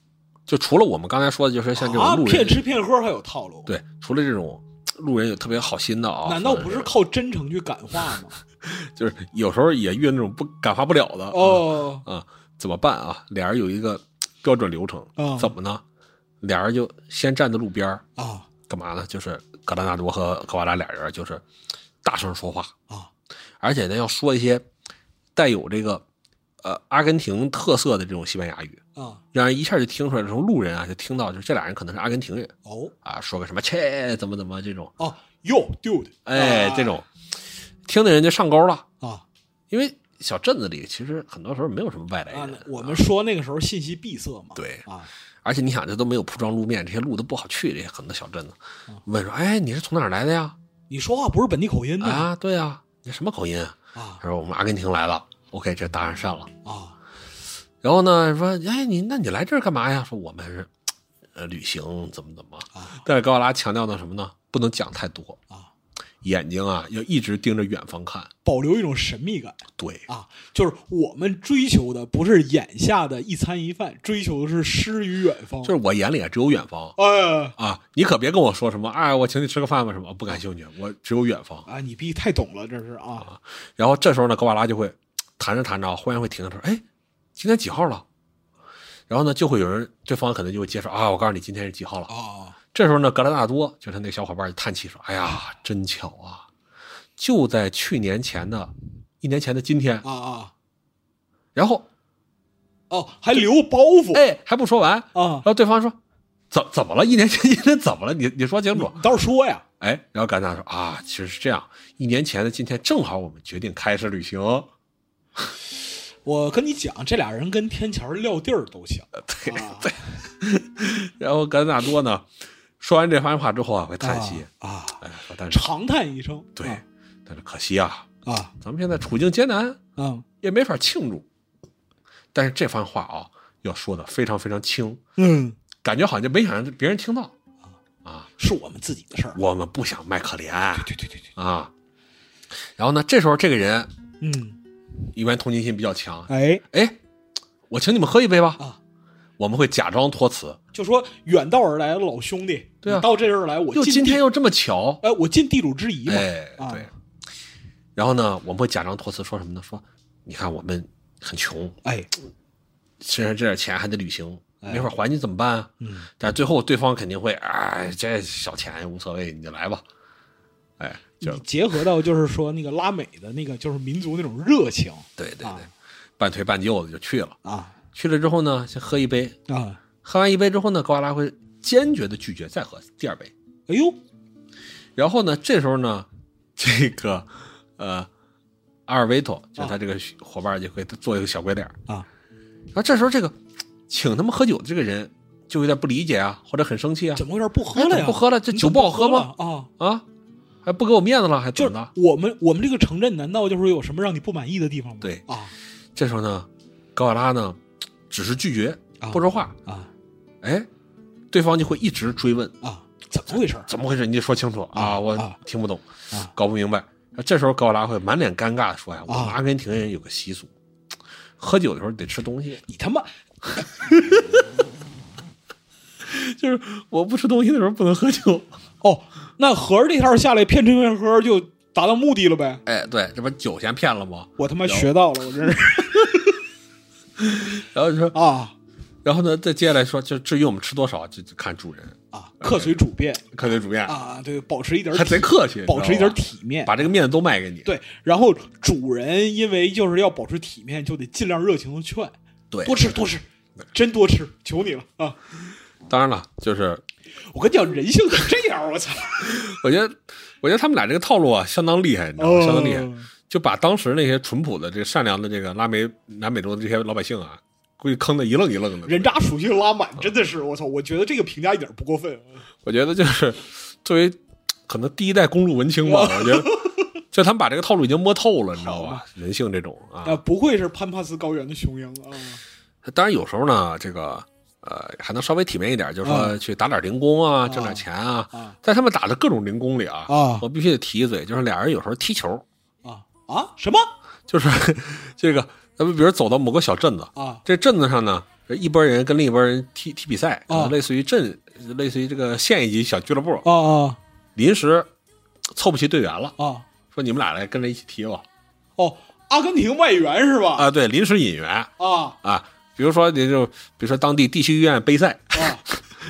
就除了我们刚才说的，就是像这种啊，路人、骗吃骗喝还有套路，，对，除了这种嘖路人有特别好心的啊，难道不是反正靠真诚去感化吗？ [LAUGHS] 就是有时候也遇到那种不感化不了的哦，啊，怎么办啊？俩人有一个嘖标准流程，啊怎么呢？俩人就先站在路边儿啊干嘛呢？就是格拉纳多和格瓦拉俩人就是嘖大声说话，啊而且呢要说一些带有这个呃阿根廷特色的这种西班牙语，啊，让人一下就听出来，从路人啊就听到，就是这俩人可能是阿根廷人哦啊，说个什么切怎么怎么这种，哦哟 dude，哎，啊这种听的人就上钩了，啊因为小镇子里其实很多时候没有什么外来啊人，，我们说那个时候信息闭塞嘛，对啊而且你想这都没有铺装路面，这些路都不好去，这些很多小镇子，问说，哎，你是从哪儿来的呀？你说话不是本地口音的啊，对啊，你什么口音啊？啊他说我们阿根廷来了，OK，这答案上了。啊然后呢，说，哎，你那你来这儿干嘛呀？说我们是，呃，旅行怎么怎么。啊但是高瓦拉强调呢什么呢？不能讲太多，啊，眼睛啊要一直盯着远方看。保留一种神秘感对，啊，就是我们追求的不是眼下的一餐一饭，追求的是诗与远方，就是我眼里啊只有远方哎啊！你可别跟我说什么，哎，我请你吃个饭吧什么，不感兴趣，我只有远方。啊，你逼太懂了，这是啊然后这时候呢，高瓦拉就会谈着谈着啊，忽然会停下车，哎，今天几号了？然后呢，就会有人，对方可能就会接受啊，我告诉你今天是几号了。啊这时候呢，格拉纳多就是他那个小伙伴就叹气说：“哎呀，真巧啊，就在去年前的一年前的今天啊。啊然后，哦，还留包袱哎，还不说完，啊然，后对方说：“怎怎么了？一年前今天怎么了？你你说清楚。你倒是说呀，”哎，然后格拉纳说：“啊，其实是这样，一年前的今天正好我们决定开始旅行。 [LAUGHS] 我跟你讲，这俩人跟天桥撂地儿都行，对啊对。 [LAUGHS] 然后格拉纳多呢，说完这番话之后啊，会叹息，啊，啊哎，说但是长叹一声，对，但是可惜啊，啊咱们现在处境艰难，啊也没法庆祝。但是这番话啊，要说的非常非常轻，嗯，感觉好像就没想让别人听到啊。是我们自己的事儿，我们不想卖可怜对对对对，啊。然后呢，这时候这个人嗯，一般同情心比较强，哎哎，我请你们喝一杯吧。啊，我们会假装托辞，就说远道而来的老兄弟，对啊你到这儿来，我又尽今天地又这么巧，哎，我尽地主之谊嘛，哎，啊对。然后呢，我们会假装托辞说什么呢？说你看我们很穷，哎，身上这点钱还得旅行，哎没法还你怎么办啊？嗯，但最后对方肯定会，哎，这小钱无所谓，你就来吧。哎，就你结合到就是说那个拉美的那个就是民族那种热情对对对，啊半推半就的就去了。啊去了之后呢，先喝一杯，啊，喝完一杯之后呢，高阿拉会坚决的拒绝再喝第二杯。哎呦然后呢，这时候呢，这个呃，阿尔维托就他这个伙伴就会做一个小鬼脸儿啊然后这时候这个请他们喝酒的这个人就有点不理解啊，或者很生气啊，怎么有点不喝哎了怎么呀？不喝了这你酒怎么不好喝吗了啊，啊，还不给我面子了，还怎就么是的？我们我们这个城镇，难道就是有什么让你不满意的地方吗？对啊这时候呢，高瓦拉呢只是拒绝啊不说话，啊哎，对方就会一直追问啊，怎么回事儿怎么回事，你得说清楚啊，啊我啊听不懂啊，搞不明白。这时候高瓦拉会满脸尴尬的说呀，哎我们啊阿根廷人有个习俗，喝酒的时候得吃东西，你他妈就是我不吃东西的时候不能喝酒。哦，那合着这套下来骗吃骗喝就达到目的了呗？哎，对，这不酒钱骗了吗？我他妈学到了，我真是然后就说啊然后呢，再接下来说，就至于我们吃多少，就就看主人，啊，客随主便看这主面，啊，对，保持一点还体贼客气，保持一你知道点吧，体面。把这个面子都卖给你。对，然后主人因为就是要保持体面，就得尽量热情的劝，对多吃多吃，真多吃，求你了啊！当然了，就是我跟你讲，人性怎么这样？我操！我觉得，我觉得他们俩这个套路啊，相当厉害，你知道吗？相当厉害，哦就把当时那些淳朴的、这善良的这个拉美南美洲的这些老百姓啊，估计坑的一愣一愣的。人渣属性拉满，真的是我操！我觉得这个评价一点不过分。啊我觉得就是 [LAUGHS] 作为可能第一代公路文青吧，我觉得就他们把这个套路已经摸透了，你知道好吧？人性这种啊，啊，不愧是潘帕斯高原的雄鹰啊！当然有时候呢，这个呃还能稍微体面一点，就是说嗯去打点零工啊，啊挣点钱啊。啊在他们打的各种零工里啊，啊我必须得提一嘴，就是俩人有时候踢球，啊啊！什么就是这个咱们比如走到某个小镇子，啊？这镇子上呢，一拨人跟另一拨人踢踢比赛，可能啊类似于镇，类似于这个县一级小俱乐部，啊啊临时凑不齐队员了，啊！说你们俩来跟着一起踢吧。哦，阿根廷外援是吧？啊，对，临时引援啊啊，比如说你就比如说当地地区医院杯赛， [LAUGHS] 啊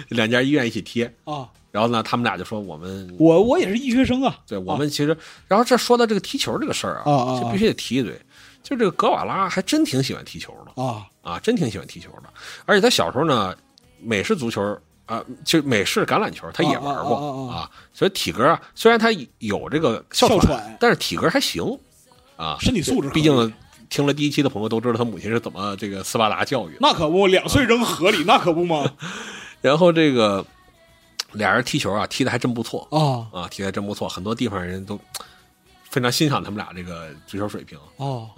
两家医院一起踢，啊！然后呢，他们俩就说我们，我我也是医学生啊！对我们其实，然后这说到这个踢球这个事儿啊啊啊，啊就必须得提一嘴，就这个格瓦拉还真挺喜欢踢球的。啊啊，真挺喜欢踢球的。而且他小时候呢，美式足球啊，就美式橄榄球他也玩过啊啊啊啊所以体格啊，虽然他有这个哮哮喘但是体格还行啊，身体素质可以毕竟听了第一期的朋友都知道他母亲是怎么这个斯巴达教育的。那可不，两岁扔河 [LAUGHS] 里，那可不吗？然后这个俩人踢球啊，踢的还真不错啊啊，踢的还真不错，很多地方人都非常欣赏他们俩这个足球水平。哦，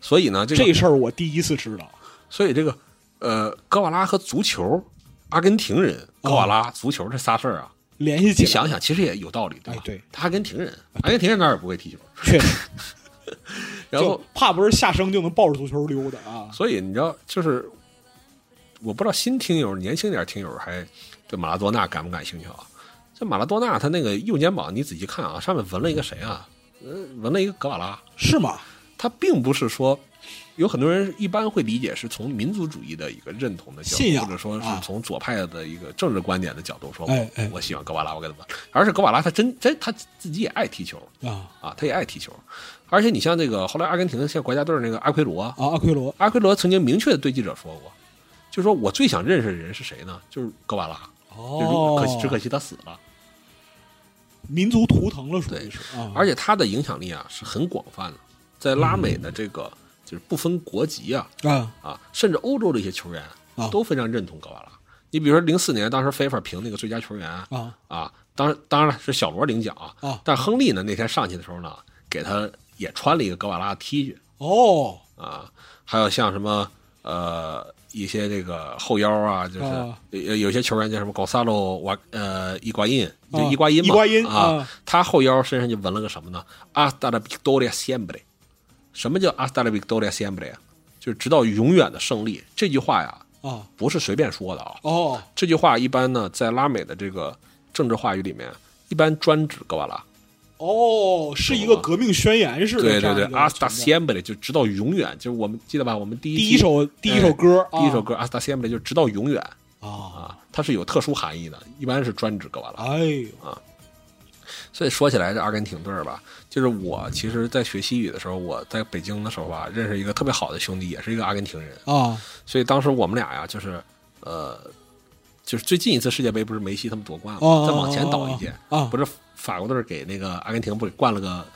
所以呢，这个这事儿我第一次知道。所以这个呃，格瓦拉和足球，阿根廷人哦格瓦拉、足球这仨事儿啊，联系你起来，想想其实也有道理，对吧？哎对他阿根廷人，阿根廷人哪儿也不会踢球，确实，然后就怕不是下生就能抱着足球溜达啊所以你知道，就是我不知道新听友、年轻点儿听友还对马拉多纳感不感兴趣啊？这马拉多纳他那个右肩膀，你仔细看啊，上面纹了一个谁啊？呃，纹了一个格瓦拉，是吗？他并不是说。有很多人一般会理解是从民族主义的一个认同的角信度，仰或者说是啊从左派的一个政治观点的角度说，哎哎我喜欢格瓦拉，我给他们。而是格瓦拉他真真他自己也爱踢球，啊啊，他也爱踢球，而且你像这个后来阿根廷像国家队儿那个阿奎罗啊，啊！阿奎罗阿奎罗曾经明确的对记者说过，就说我最想认识的人是谁呢？就是格瓦拉，就哦，如可惜只可惜他死了，民族图腾了，属对于是啊。而且他的影响力啊是很广泛的，在拉美的这个就是不分国籍啊啊啊，甚至欧洲的一些球员啊都非常认同格瓦拉。你比如说零四年当时 FIFA 评那个最佳球员啊啊啊，当然当然了是小罗领奖啊，啊但亨利呢那天上去的时候呢，给他也穿了一个格瓦拉的 T 恤。哦啊，还有像什么呃一些这个后腰啊，就是、啊有有些球员叫什么高萨洛瓦呃伊瓜因，就啊伊瓜因嘛，伊瓜因啊，啊他后腰身上就纹了个什么呢？Hasta la victoria siempre。什么叫 Hasta la victoria siempre 啊？就是直到永远的胜利。这句话呀，啊不是随便说的啊。哦这句话一般呢，在拉美的这个政治话语里面，一般专指格瓦拉。哦，是一个革命宣言似的。对这对样对一个，Hasta 存在 siempre 就直到永远，就是我们记得吧？我们第一第期一首第一首歌，啊第一首歌《阿斯达西 e 布》就直到永远啊，啊，它是有特殊含义的，一般是专指格瓦拉。哎呦所以说起来这阿根廷队儿吧，就是我其实，在学西语的时候，我在北京的时候吧，认识一个特别好的兄弟，也是一个阿根廷人，啊所以当时我们俩呀，就是呃，就是最近一次世界杯不是梅西他们夺冠吗？哦再往前倒一届，啊不是法国队儿给那个阿根廷不是灌了个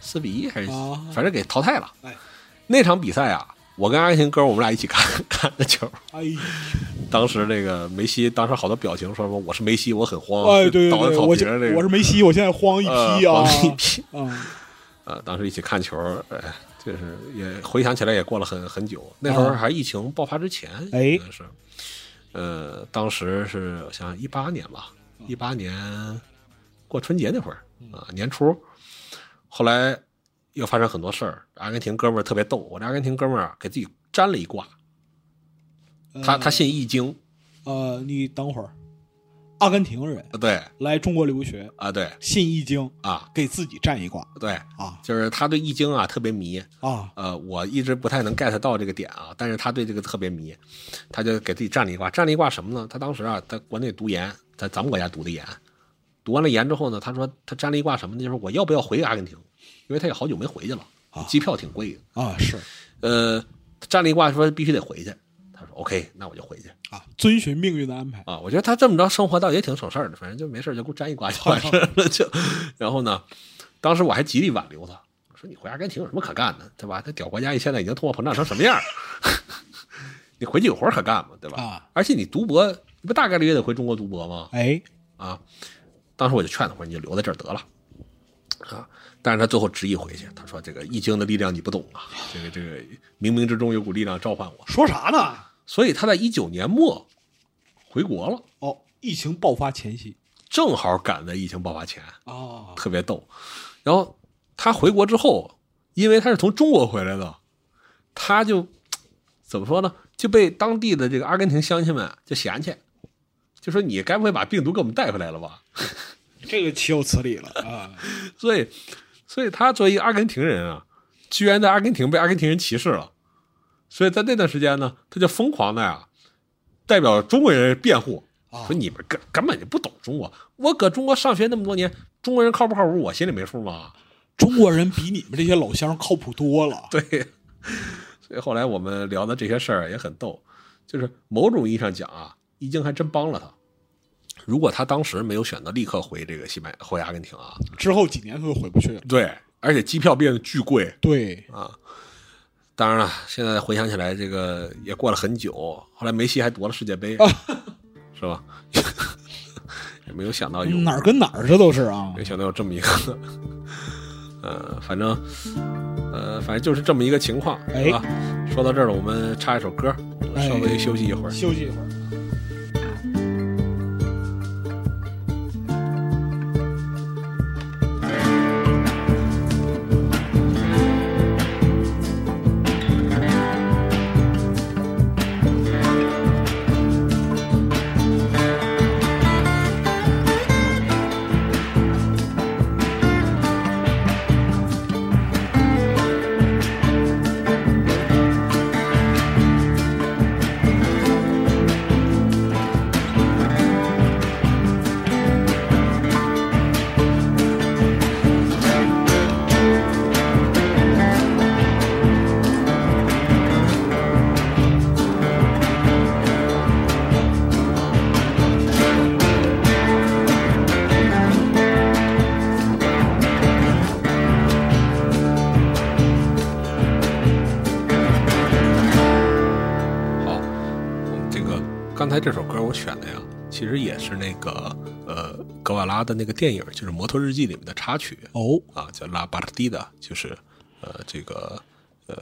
四比一还是哦，反正给淘汰了哎。那场比赛啊，我跟阿根廷哥儿我们俩一起看 [LAUGHS] 看的球。哎呦当时那个梅西，当时好多表情说什么“我是梅西，我很慌”，哎对对哦倒在对，草我坪现上那个，我是梅西，我现在慌一批啊呃往里踢啊 [LAUGHS] 呃，当时一起看球，哎，就是也回想起来也过了很很久，那时候啊还疫情爆发之前，哎应该是，呃，当时是我想一八年吧，啊一八年过春节那会儿嗯啊、年初，后来又发生很多事儿，阿根廷哥们儿特别逗，我这阿根廷哥们儿啊给自己粘了嗯一卦，他他信易经。呃，你等会儿，阿根廷人对来中国留学，啊，对信易经，啊，给自己占一卦对，啊就是他对易经啊特别迷，啊！呃，我一直不太能 get 到这个点啊，但是他对这个特别迷，他就给自己占了一卦，占了一卦什么呢？他当时啊，在国内读研，在咱们国家读的研，读完了研之后呢，他说他占了一卦什么呢？就是我要不要回阿根廷？因为他也好久没回去了，机票挺贵的。啊，是呃，他占了一卦说必须得回去，他说 OK，那我就回去啊，遵循命运的安排啊。我觉得他这么着生活倒也挺省事儿的，反正就没事儿就给我占一卦就完事儿了。就 [LAUGHS] 然后呢，当时我还极力挽留他，我说你回阿根廷有什么可干的，对吧？他屌国家现在已经通货膨胀成什么样儿， [LAUGHS] 你回去有活儿可干吗？对吧？啊而且你读博，你不大概率也得回中国读博吗？哎，啊，当时我就劝他，我说你就留在这儿得了，啊，但是他最后执意回去，他说这个易经的力量你不懂啊，这个这个冥冥之中有股力量召唤我，说啥呢？所以他在一九年末回国了，哦，疫情爆发前夕正好赶在疫情爆发前，啊特别逗。然后他回国之后，因为他是从中国回来的，他就怎么说呢？就被当地的这个阿根廷乡亲们就嫌弃，就说你该不会把病毒给我们带回来了吧？这个岂有此理了啊！所以，所以他作为一个阿根廷人啊，居然在阿根廷被阿根廷人歧视了。所以在那段时间呢，他就疯狂的呀、代表中国人辩护，啊说你们根根本就不懂中国。我搁中国上学那么多年，中国人靠不靠谱，我心里没数吗？中国人比你们这些老乡靠谱多了。对。所以后来我们聊的这些事儿也很逗，就是某种意义上讲啊，易经还真帮了他。如果他当时没有选择立刻回这个西班回阿根廷啊，之后几年他就回不去了。对，而且机票变得巨贵，对，当然了，现在回想起来，这个也过了很久。后来梅西还夺了世界哦杯，是吧？ [LAUGHS] 也没有想到有哪儿跟哪儿这都是啊没有想到有这么一个，呃，反正呃，反正就是这么一个情况，哎是吧？说到这儿了，我们插一首歌，哎稍微休息一会儿。休息一会儿。好，我们这个刚才这首歌我选的呀，其实也是那个呃格瓦拉的那个电影，就是《摩托日记》里面的插曲。哦，啊，叫拉巴蒂的，就是呃这个呃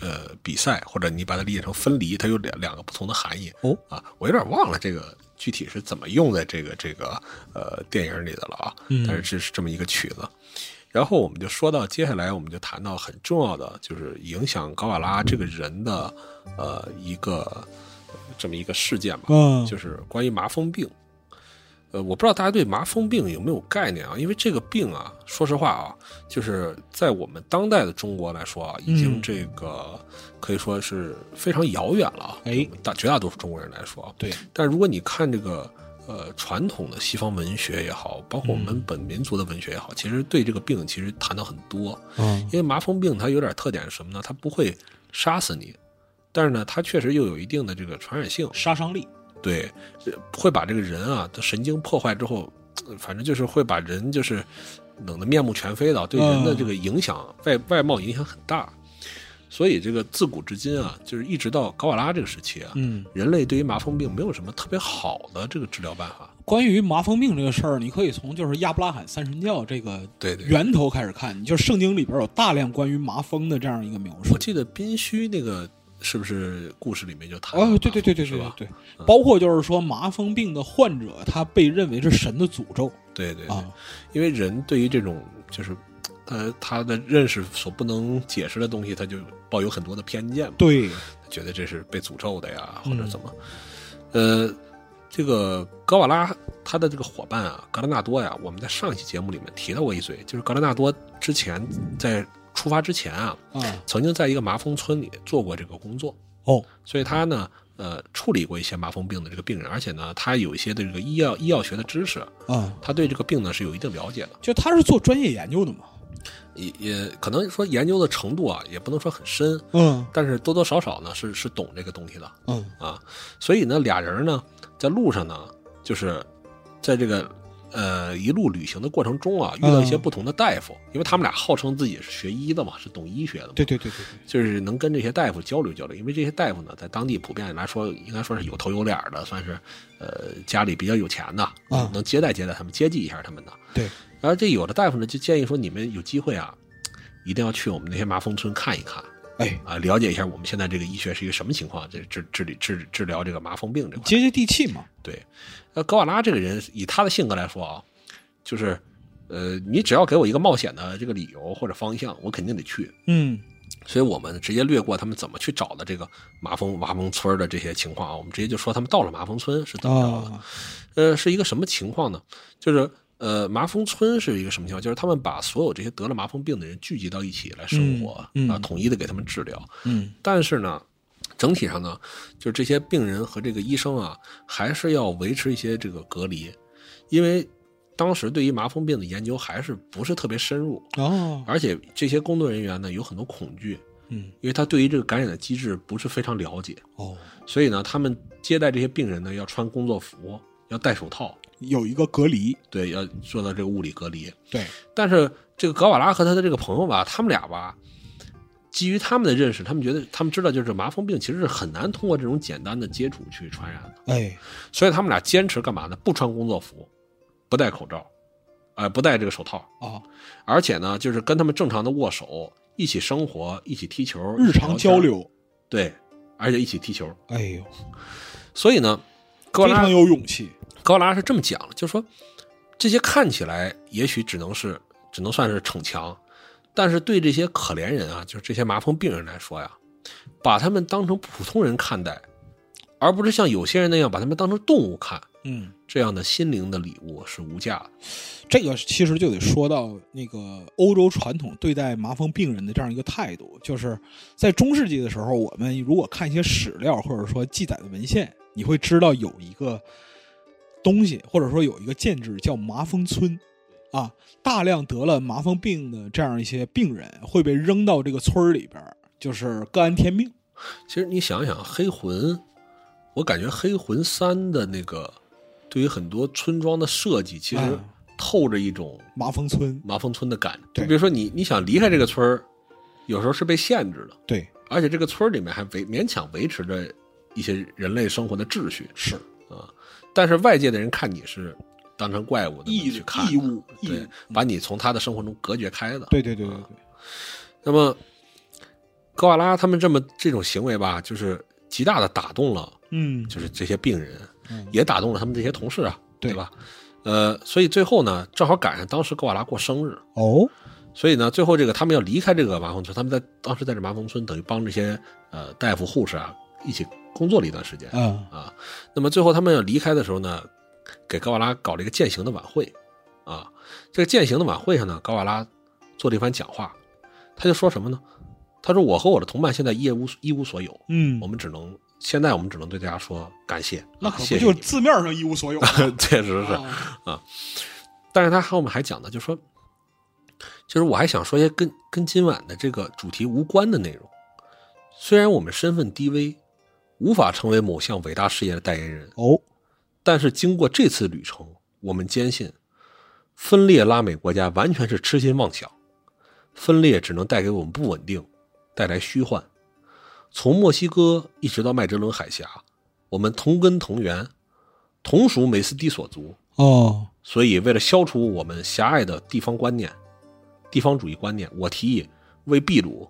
呃比赛，或者你把它理解成分离，它有两两个不同的含义。哦啊，我有点忘了这个具体是怎么用在这个这个呃电影里的了啊，但是这是这么一个曲子。然后我们就说到，接下来我们就谈到很重要的，就是影响高瓦拉这个人的呃一个呃这么一个事件吧，嗯就是关于麻风病。呃，我不知道大家对麻风病有没有概念啊？因为这个病啊，说实话啊，就是在我们当代的中国来说啊，已经嗯这个可以说是非常遥远了啊。哎对我们大绝大多数中国人来说啊，对，但如果你看这个呃传统的西方文学也好，包括我嗯们本民族的文学也好，其实对这个病其实谈到很多。嗯因为麻风病它有点特点是什么呢？它不会杀死你，但是呢，它确实又有一定的这个传染性，杀伤力对，呃会把这个人啊的神经破坏之后，呃反正就是会把人就是冷得面目全非的，对人的这嗯个影响、外外貌影响很大。所以这个自古至今啊，就是一直到高瓦拉这个时期啊，嗯，人类对于麻风病没有什么特别好的这个治疗办法。关于麻风病这个事儿，你可以从就是亚伯拉罕三神教这个对对源头开始看，你就是圣经里边有大量关于麻风的这样一个描述我。记得宾虚那个是不是故事里面就谈到哦，麻对对对对是对吧？嗯对，包括就是说麻风病的患者，他被认为是神的诅咒对对对啊，因为人对于这种就是他他的认识所不能解释的东西，他就抱有很多的偏见嘛。对，觉得这是被诅咒的呀，或嗯者怎么，呃，这个格瓦拉他的这个伙伴啊，格拉纳多呀，我们在上一期节目里面提到过一嘴，就是格拉纳多之前在出发之前啊，啊，曾经在一个麻风村里做过这个工作，哦，所以他呢，呃，处理过一些麻风病的这个病人，而且呢，他有一些的这个医药医药学的知识，啊，他对这个病呢是有一定了解的，就他是做专业研究的嘛，也也可能说研究的程度啊，也不能说很深，嗯但是多多少少呢是是懂这个东西的嗯啊，所以呢，俩人呢在路上呢，就是在这个。呃，一路旅行的过程中啊，遇到一些嗯不同的大夫，因为他们俩号称自己是学医的嘛，是懂医学的嘛，对对对对对，就是能跟这些大夫交流交流，因为这些大夫呢，在当地普遍来说，应该说是有头有脸儿的，算是呃家里比较有钱的，啊能接待接待他们，接济一下他们的。对，然后这有的大夫呢，就建议说，你们有机会啊，一定要去我们那些麻风村看一看哎，啊，了解一下我们现在这个医学是一个什么情况，这治治理治治疗这个麻风病这块。接接地气嘛，对，呃，格瓦拉这个人，以他的性格来说啊，就是呃，你只要给我一个冒险的这个理由或者方向，我肯定得去。嗯所以我们直接略过他们怎么去找的这个麻风麻风村的这些情况啊，我们直接就说他们到了麻风村是怎么着的。啊，呃，是一个什么情况呢？就是呃，麻风村是一个什么情况？就是他们把所有这些得了麻风病的人聚集到一起来生活啊、嗯嗯统一的给他们治疗。嗯但是呢，整体上呢，就是这些病人和这个医生啊，还是要维持一些这个隔离，因为当时对于麻风病的研究还是不是特别深入，哦，而且这些工作人员呢有很多恐惧。嗯因为他对于这个感染的机制不是非常了解，哦，所以呢，他们接待这些病人呢，要穿工作服，要戴手套，有一个隔离，对，要做到这个物理隔离。对，但是这个格瓦拉和他的这个朋友吧，他们俩吧，基于他们的认识，他们觉得他们知道，就是麻风病其实是很难通过这种简单的接触去传染的，哎，所以他们俩坚持干嘛呢？不穿工作服，不戴口罩，呃，不戴这个手套，啊，而且呢，就是跟他们正常的握手，一起生活，一起踢球，日一常起聊天交，流，对，而且一起踢球。哎呦，所以呢，高非拉常有勇气，高拉是这么讲的，就是说这些看起来也许只能是只能算是逞强，但是对这些可怜人啊，就是这些麻风病人来说呀，把他们当成普通人看待，而不是像有些人那样把他们当成动物看，嗯。这样的心灵的礼物是无价的。这个其实就得说到那个欧洲传统对待麻风病人的这样一个态度，就是在中世纪的时候，我们如果看一些史料或者说记载的文献，你会知道有一个东西或者说有一个建制叫麻风村，啊，大量得了麻风病的这样一些病人会被扔到这个村儿里边儿，就是各安天命。其实你想想，《黑魂》，我感觉《黑魂三》的那个对于很多村庄的设计，其实嗯透着一种麻风村，麻风村的感觉。对就比如说你你想离开这个村儿，有时候是被限制的，对，而且这个村儿里面还维勉强维持着一些人类生活的秩序是啊。但是外界的人看你是当成怪物的义去看的义务义对务，把你从他的生活中隔绝开的。对对对对对，那么格瓦拉他们这么这种行为吧，就是极大的打动了嗯，就是这些病人，嗯也打动了他们这些同事啊，对吧？呃，所以最后呢，正好赶上当时格瓦拉过生日，哦，所以呢，最后这个他们要离开这个麻风村，他们在当时在这麻风村，等于帮这些呃大夫、护士啊一起工作了一段时间嗯，啊。那么最后他们要离开的时候呢，给高瓦拉搞了一个践行的晚会啊。这个践行的晚会上呢，高瓦拉做了一番讲话，他就说什么呢？他说：“我和我的同伴现在一无一无所有，嗯我，们只能现在我们只能对大家说感谢，那啊可不谢谢就你。字面上一无所 [LAUGHS] 有吗？ [LAUGHS] 确实是，啊但是他和我们还讲呢，就说，就是我还想说一些跟跟今晚的这个主题无关的内容。虽然我们身份低微，无法成为某项伟大事业的代言人，哦，但是经过这次旅程，我们坚信，分裂拉美国家完全是痴心妄想，分裂只能带给我们不稳定，带来虚幻。从墨西哥一直到麦哲伦海峡，我们同根同源，同属美斯蒂索族，哦，所以，为了消除我们狭隘的地方观念、地方主义观念，我提议为秘鲁，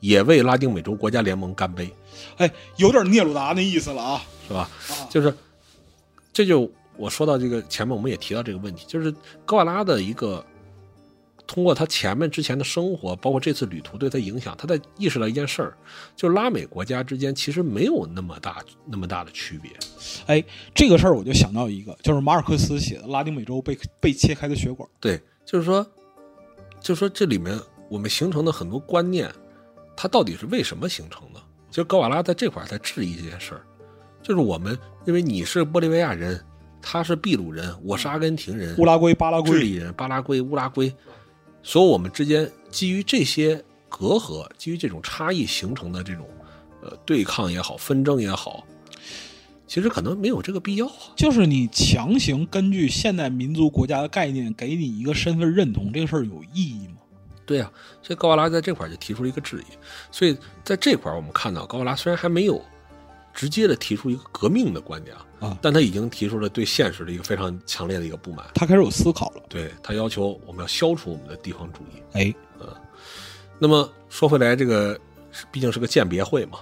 也为拉丁美洲国家联盟干杯，哎，有点聂鲁达那意思了啊。是吧？啊就是，这就我说到这个前面，我们也提到这个问题，就是格瓦拉的一个通过他前面之前的生活，包括这次旅途对他影响，他在意识到一件事儿，就是拉美国家之间其实没有那么大那么大的区别。哎，这个事儿我就想到一个，就是马尔克斯写的《拉丁美洲被被切开的血管》。对，就是说，就是说这里面我们形成的很多观念，它到底是为什么形成的？其实格瓦拉在这块儿在质疑这件事儿，就是我们因为你是玻利维亚人，他是秘鲁人，我是阿根廷人，乌拉圭、巴拉智圭，利人、巴拉圭、乌拉圭，所以我们之间基于这些隔阂，基于这种差异形成的这种呃对抗也好、纷争也好，其实可能没有这个必要啊。就是你强行根据现代民族国家的概念给你一个身份认同，这个事儿有意义吗？对呀、所以高瓦拉在这块儿就提出了一个质疑。所以在这块儿，我们看到高瓦拉虽然还没有直接的提出一个革命的观点啊但他已经提出了对现实的一个非常强烈的一个不满。他开始有思考了。对他要求我们要消除我们的地方主义。哎，那么说回来，这个是毕竟是个鉴别会嘛，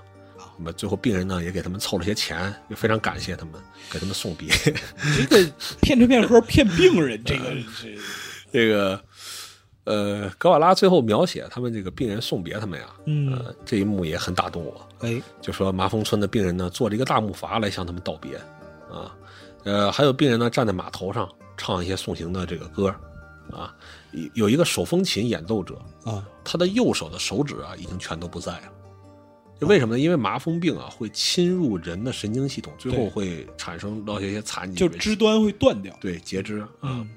那么最后病人呢也给他们凑了些钱，也非常感谢他们，给他们送别。 [LAUGHS] 这个骗吃骗喝骗病人，这个是这个呃，格瓦拉最后描写他们这个病人送别他们呀，嗯，呃，这一幕也很打动我。哎，就说麻风村的病人呢，坐着一个大木筏来向他们道别，啊，呃，还有病人呢站在码头上唱一些送行的这个歌，啊，有有一个手风琴演奏者，啊，他的右手的手指啊，已经全都不在了。就为什么呢？因为麻风病啊会侵入人的神经系统，最后对会产生到一些残疾，就肢端会断掉。对截肢啊。嗯，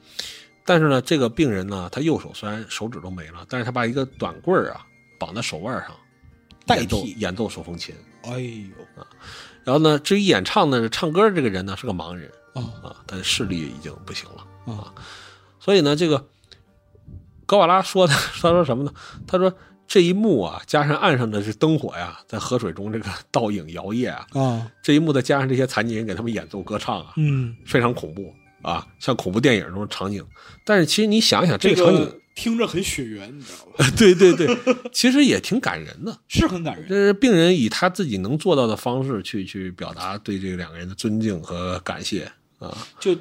但是呢，这个病人呢，他右手虽然手指都没了，但是他把一个短棍儿啊绑在手腕上，代演奏替。演奏手风琴。哎呦然后呢，至于演唱呢，唱歌的这个人呢是个盲人啊啊，但是视力已经不行了。啊所以呢，这个格瓦拉说的， [LAUGHS] 他说什么呢？他说这一幕啊，加上岸上的这灯火呀，在河水中这个倒影摇曳啊，啊，这一幕再加上这些残疾人给他们演奏歌唱啊，嗯，非常恐怖啊，像恐怖电影中的场景。但是其实你想想，这这个场景，个听着很血缘，你知道 [LAUGHS] 吧？对对对， [LAUGHS] 其实也挺感人的。是很感这人。是病人以他自己能做到的方式去去表达对这两个人的尊敬和感谢啊，就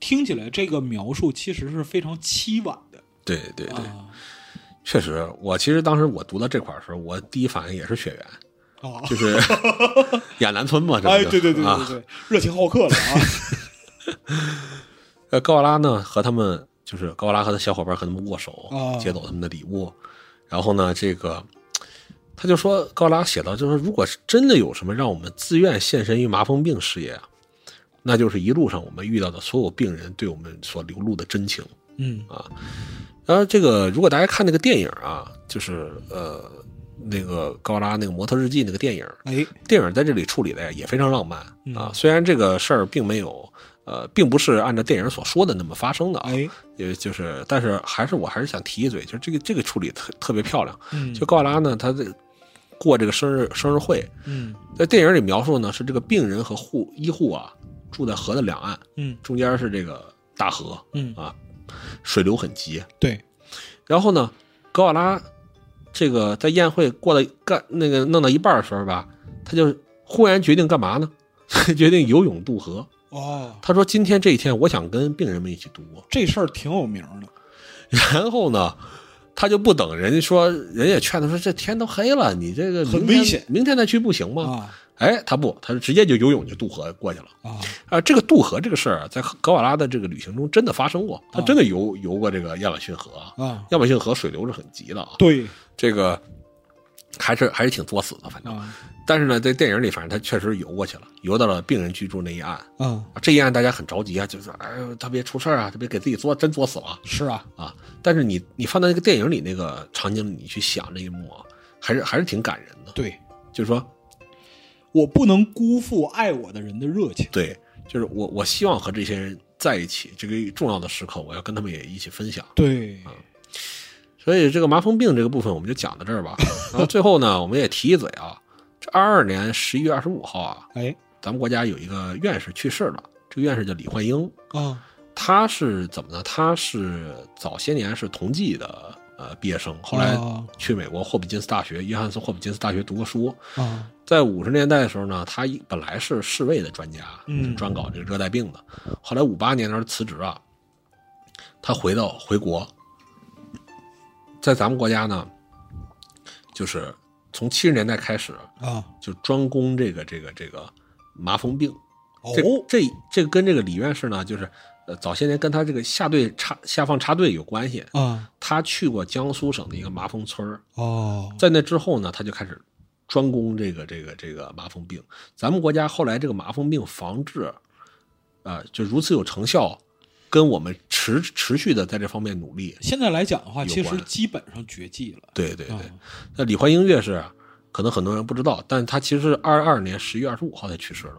听起来这个描述其实是非常凄婉的对对对，啊确实，我其实当时我读到这块儿的时候，我第一反应也是血缘，啊！就是 [LAUGHS] 亚南村嘛，这不就哎，对对对对啊。对，热情好客了 [LAUGHS] 啊！呃，高瓦拉呢和他们就是高瓦拉和他小伙伴和他们握手，啊接走他们的礼物。然后呢，这个他就说高瓦拉写到，就是说如果是真的有什么让我们自愿献身于麻风病事业啊，那就是一路上我们遇到的所有病人对我们所流露的真情。嗯然后这个，如果大家看那个电影啊，就是呃那个高拉那个《模特日记》那个电影，哎，电影在这里处理的也非常浪漫嗯啊。虽然这个事儿并没有呃，并不是按照电影所说的那么发生的啊，哎，也就是，但是还是我还是想提一嘴，就是这个这个处理特特别漂亮。嗯，就高拉呢，他这过这个生日生日会，嗯在电影里描述呢是这个病人和护医护啊住在河的两岸，嗯中间是这个大河嗯，啊，水流很急，对，然后呢，格瓦拉这个在宴会过了干那个弄到一半的时候吧，他就忽然决定干嘛呢？ [LAUGHS] 决定游泳渡河。哦，他说：“今天这一天，我想跟病人们一起度过。这事儿挺有名的。”然后呢，他就不等人家说，人也劝他说：“这天都黑了，你这个很明天危险明天再去不行吗？”啊哎，他不，他就直接就游泳就渡河过去了。啊啊，这个渡河这个事儿啊，在格瓦拉的这个旅行中真的发生过，他啊真的游游过这个亚马逊河啊。啊！亚马逊河水流是很急的啊。对这个还是还是挺作死的，反正。啊但是呢，在电影里，反正他确实游过去了，游到了病人居住那一岸。啊，这一岸大家很着急啊，就是哎呦，他别出事儿啊，他别给自己作真作死了是啊，啊。但是你你放到那个电影里那个场景里，你去想这一幕啊，还是还是挺感人的。对就是说，我不能辜负爱我的人的热情。对，就是我我希望和这些人在一起，这个重要的时刻，我要跟他们也一起分享。对，所以这个麻风病这个部分我们就讲到这儿吧。然后最后呢，我们也提一嘴啊，这二二年十一月二十五号啊，哎咱们国家有一个院士去世了，这个院士叫李焕英，啊他是怎么呢？他是早些年是同济的呃毕业生，后来啊去美国霍普金斯大学约翰斯霍普金斯大学读过书，啊在五十年代的时候呢，他一本来是世卫的专家，嗯专搞这个热带病的，后来五八年的时候辞职啊，他回到回国，在咱们国家呢，就是从七十年代开始啊，就专攻这个这个这个麻风病。哦这这这跟这个李院士呢，就是呃早些年跟他这个下队插下放插队有关系。啊他去过江苏省的一个麻风村儿，哦在那之后呢，他就开始专攻这个这个这个麻风病。咱们国家后来这个麻风病防治，啊、就如此有成效，跟我们持持续的在这方面努力。现在来讲的话，有其实关基本上绝迹了。对对对，啊那李焕英院士可能很多人不知道，但他其实是二二年十一月二十五号才去世了，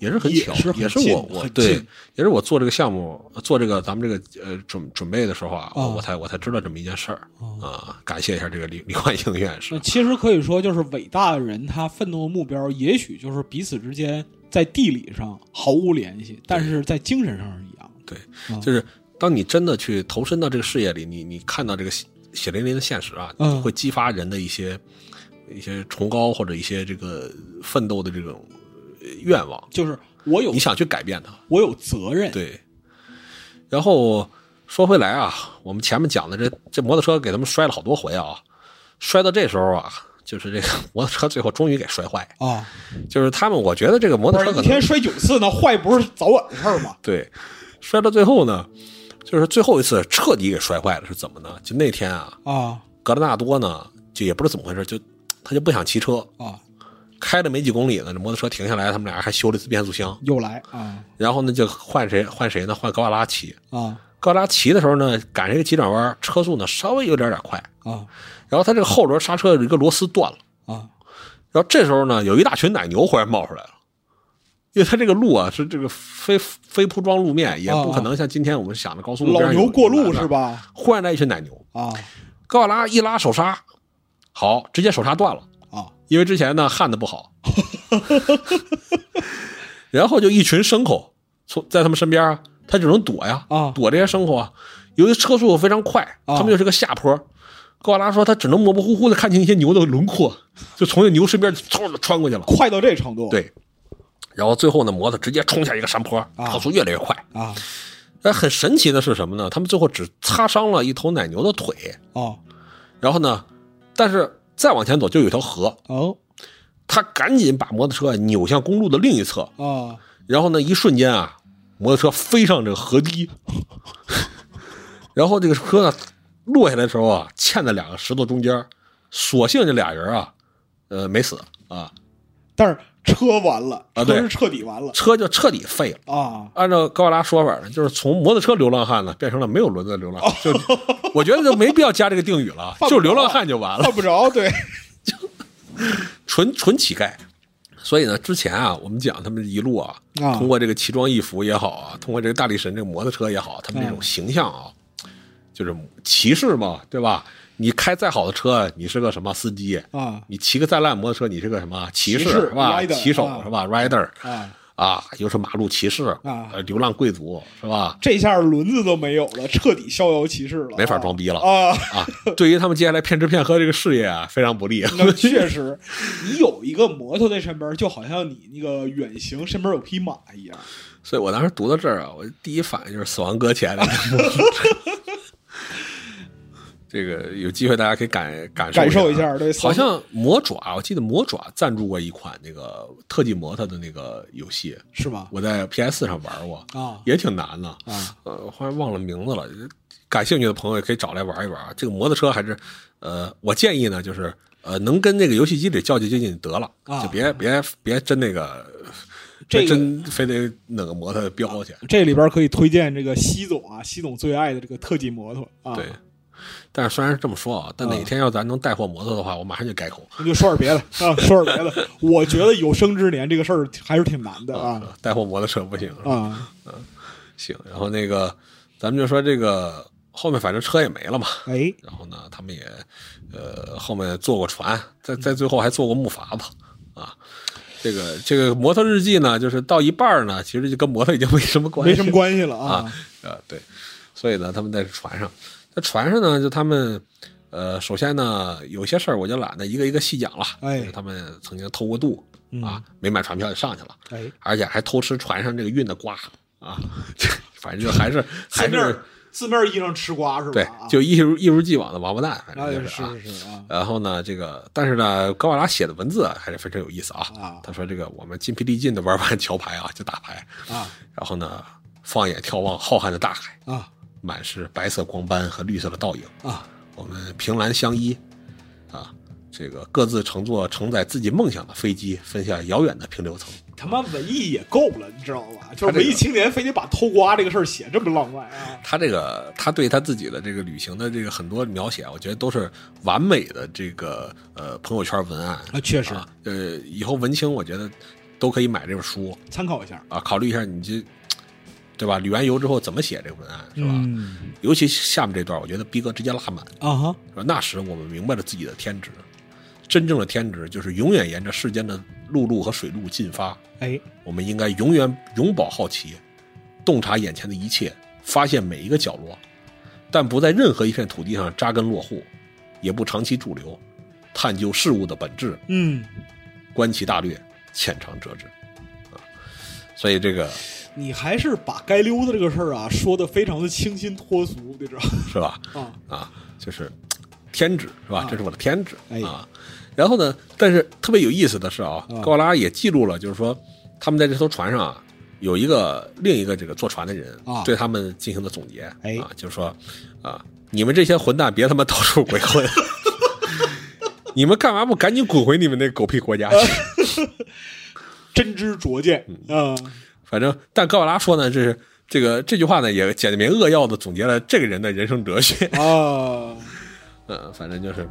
也是很也巧，也是很近我我很对近，也是我做这个项目，做这个咱们这个呃准准备的时候啊，啊我才我才知道这么一件事儿哦啊、感谢一下这个李李焕英院士啊那，其实可以说，就是伟大的人，他奋斗的目标，也许就是彼此之间在地理上毫无联系，但是在精神上是一样的。对，啊就是当你真的去投身到这个事业里，你你看到这个血血淋淋的现实啊，嗯会激发人的一些一些崇高或者一些这个奋斗的这种呃愿望，就是我有你想去改变它。我有责任，对，然后说回来啊，我们前面讲的这这摩托车给他们摔了好多回啊，摔到这时候啊，就是这个 [LAUGHS] 摩托车最后终于给摔坏，啊，就是他们，我觉得这个摩不托是一车可天能摔九次呢，坏不是早晚的事儿吗？对摔到最后呢，就是最后一次彻底给摔坏了是怎么呢？就那天啊，啊格拉纳多呢，就也不知道怎么回事，就他就不想骑车，啊，开了没几公里呢，这摩托车停下来，他们俩还修了一次变速箱，又来啊然后呢就换谁换谁呢？换高瓦拉骑。啊高瓦拉骑的时候呢，赶上一个急转弯，车速呢稍微有点点快，啊然后他这个后轮刹车有一个螺丝断了，啊！然后这时候呢，有一大群奶牛忽然冒出来了。因为他这个路啊是这个非非铺装路面，也不可能像今天我们想的高速路。老牛过路是？吧？忽然来一群奶牛，啊高瓦拉一拉手刹，好，直接手刹断了。啊因为之前呢焊的 [LAUGHS] 不好，然后就一群牲口从在他们身边啊，他只能躲呀，啊躲这些牲口啊。由于车速非常快，啊他们又是个下坡，高瓦拉说他只能模模糊糊的看清一些牛的轮廓，就从这牛身边嗖的穿过去了。快到这程度，对，然后最后呢，摩托直接冲下一个山坡，啊车速越来越快。啊但很神奇的是什么呢？他们最后只擦伤了一头奶牛的腿，哦然后呢，但是再往前走就有一条河，哦他赶紧把摩托车扭向公路的另一侧，啊然后呢，一瞬间啊，摩托车飞上这个河堤， [LAUGHS] 然后这个车呢落下来的时候啊，嵌在两个石头中间，所幸这俩人啊，呃，没死啊，但是车完了，车啊对是彻底完了车就彻底废了。啊按照高瓦拉说法呢，就是从摩托车流浪汉呢变成了没有轮子的流浪汉，就我觉得就没必要加这个定语了，犯不着就是流浪汉就完了犯，不着，对，纯纯乞丐。所以呢，之前啊，我们讲他们一路啊，啊通过这个奇装异服也好啊，通过这个大力神这个摩托车也好，他们这种形象啊，就是骑士嘛，对吧？你开再好的车，你是个什么司机？啊你骑个再烂摩托车，你是个什么骑士骑士是吧？ rider，骑手、啊是吧？rider 啊，啊，又是马路骑士啊呃流浪贵族是吧？这下轮子都没有了，彻底逍遥骑士了，没法装逼了啊。啊，对于他们接下来骗吃骗喝这个事业啊，非常 [LAUGHS] 不利。那确实，你有一个摩托在身边，就好像你那个远行身边有匹马一样。所以我当时读到这儿啊，我第一反应就是《死亡搁浅》里的 [LAUGHS] 这个有机会大家可以感感受感受一一下对好像魔爪，我记得魔爪赞助过一款那个特技摩托的那个游戏，是吧？我在 PS 上玩过，啊也挺难的。啊呃，我忽然忘了名字了，感兴趣的朋友也可以找来玩一玩啊。这个摩托车还是，呃，我建议呢，就是呃，能跟那个游戏机里较劲较劲得了，啊就别别别真那个，这别个啊真非得弄个摩托飙去。这里边可以推荐这个西总啊，西总最爱的这个特技摩托啊。对，，但是虽然是这么说啊，但哪啊天要咱能带货摩托的话，我马上就改口那就说点别的啊，说点别的。我觉得有生之年这个事儿还是挺难的啊啊，带货摩托车不行，啊！行。然后那个，咱们就说这个后面反正车也没了嘛，哎，然后呢，他们也呃后面坐过船，在在最后还坐过木筏子啊。这个这个摩托日记呢，就是到一半儿呢，其实就跟摩托已经没什么关系，没什么关系了啊啊啊，对，所以呢，他们在船上，在船上呢，就他们呃，首先呢，有些事儿我就懒得一个一个细讲了，哎就是他们曾经偷过渡啊，没买船票就上去了，嗯哎， [LAUGHS] 而且还偷吃船上这个运的瓜啊，反正就还是在还那是儿字面意义上吃瓜是吧？对啊，就一如一如既往的王八蛋，反啊，正就是啊。是是啊，然后呢，这个但是呢，高瓦拉写的文字啊还是非常有意思啊。啊他说这个我们筋疲力尽的玩完桥牌啊，就打牌，啊然后呢，放眼眺望浩瀚的大海，啊满是白色光斑和绿色的倒影。啊我们凭栏相依，啊，这个各自乘坐承载自己梦想的飞机，飞向遥远的平流层。 [LAUGHS] 他妈文艺也够了，你知道吧？就是他这文艺个青年非得把偷瓜这个事儿写这么浪漫啊！他这个，他对他自己的这个旅行的这个很多描写啊，我觉得都是完美的这个呃朋友圈文案啊，确实啊。呃，以后文青我觉得都可以买这本书参考一下，啊，考虑一下你这，对吧？旅完游之后怎么写这个文案是吧？嗯尤其下面这段，我觉得逼哥直接拉满，啊哈，说那时我们明白了自己的天职，真正的天职就是永远沿着世间的陆路和水路进发。哎，我们应该永远永葆好奇，洞察眼前的一切，发现每一个角落，但不在任何一片土地上扎根落户，也不长期驻留，探究事物的本质，嗯，观其大略，浅尝辄止。啊，所以这个你还是把该溜达这个事儿啊说的非常的清新脱俗，你知道是吧？吧啊啊，就是天职是吧啊？这是我的天职哎啊。然后呢，但是特别有意思的是啊啊，高拉也记录了，就是说他们在这艘船上啊，有一个另一个这个坐船的人啊对他们进行的总结，哎啊，就是说啊，你们这些混蛋别他妈到处鬼 [LAUGHS] 混，你们干嘛不赶紧滚回你们那狗屁国家 [LAUGHS] 去？啊真知灼见啊反正，但高拉说呢，这是这个这句话呢，也简明扼要的总结了这个人的人生哲学。啊，呃，反正就是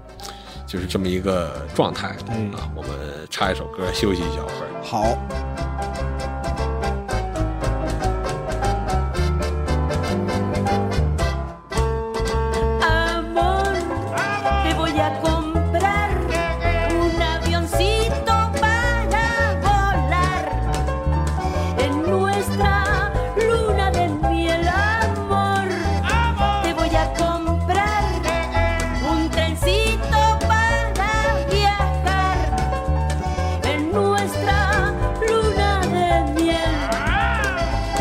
就是这么一个状态、嗯啊。我们插一首歌休息一小会儿。啊好， Amor, te voy a comprar un avioncito para volar en nuestra luna de miel. Amor, te voy a comprar un trencito para viajar en nuestra luna de miel.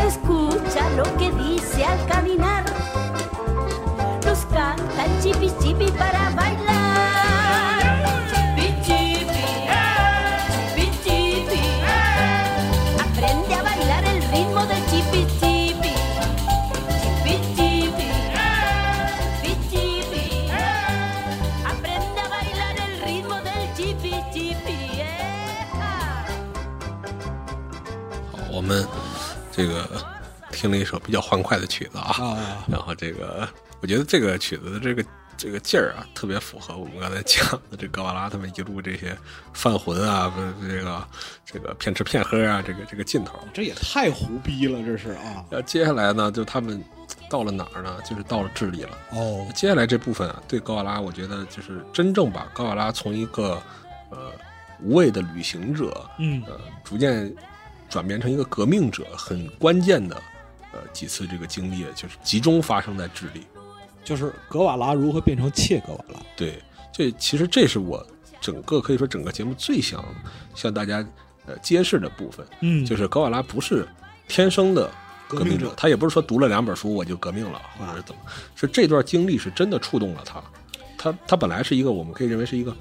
Escucha lo que dice al caminar nos canta el chipi chipi para bailar. Chipi chipi, chipi chipi, aprende a bailar el ritmo del chipi chipi. Chipi chipi, chipi chipi, aprende a bailar el ritmo del chipi chipi. eh, ¡Eja! 好我们这个听了一首比较欢快的曲子啊，啊 [LAUGHS] 然后这个我觉得这个曲子的这个这个劲儿啊，特别符合我们刚才讲的这格瓦拉他们一路这些犯浑啊，不是这个这个骗吃骗喝啊，这个这个劲头。这也太胡逼了，这是啊然后接下来呢，就他们到了哪儿呢？就是到了智利了。哦接下来这部分啊，对高瓦拉，我觉得就是真正把高瓦拉从一个呃无畏的旅行者，嗯呃，逐渐转变成一个革命者，很关键的呃几次这个经历，就是集中发生在智利。就是格瓦拉如何变成切格瓦拉对，这其实这是我整个可以说整个节目最想向大家呃揭示的部分，嗯就是高瓦拉不是天生的。革革命命者啊者，他也不是说读了两本书我就革命了，或者是怎么，是这段经历是真的触动了他。他他本来是一个我们可以认为是一个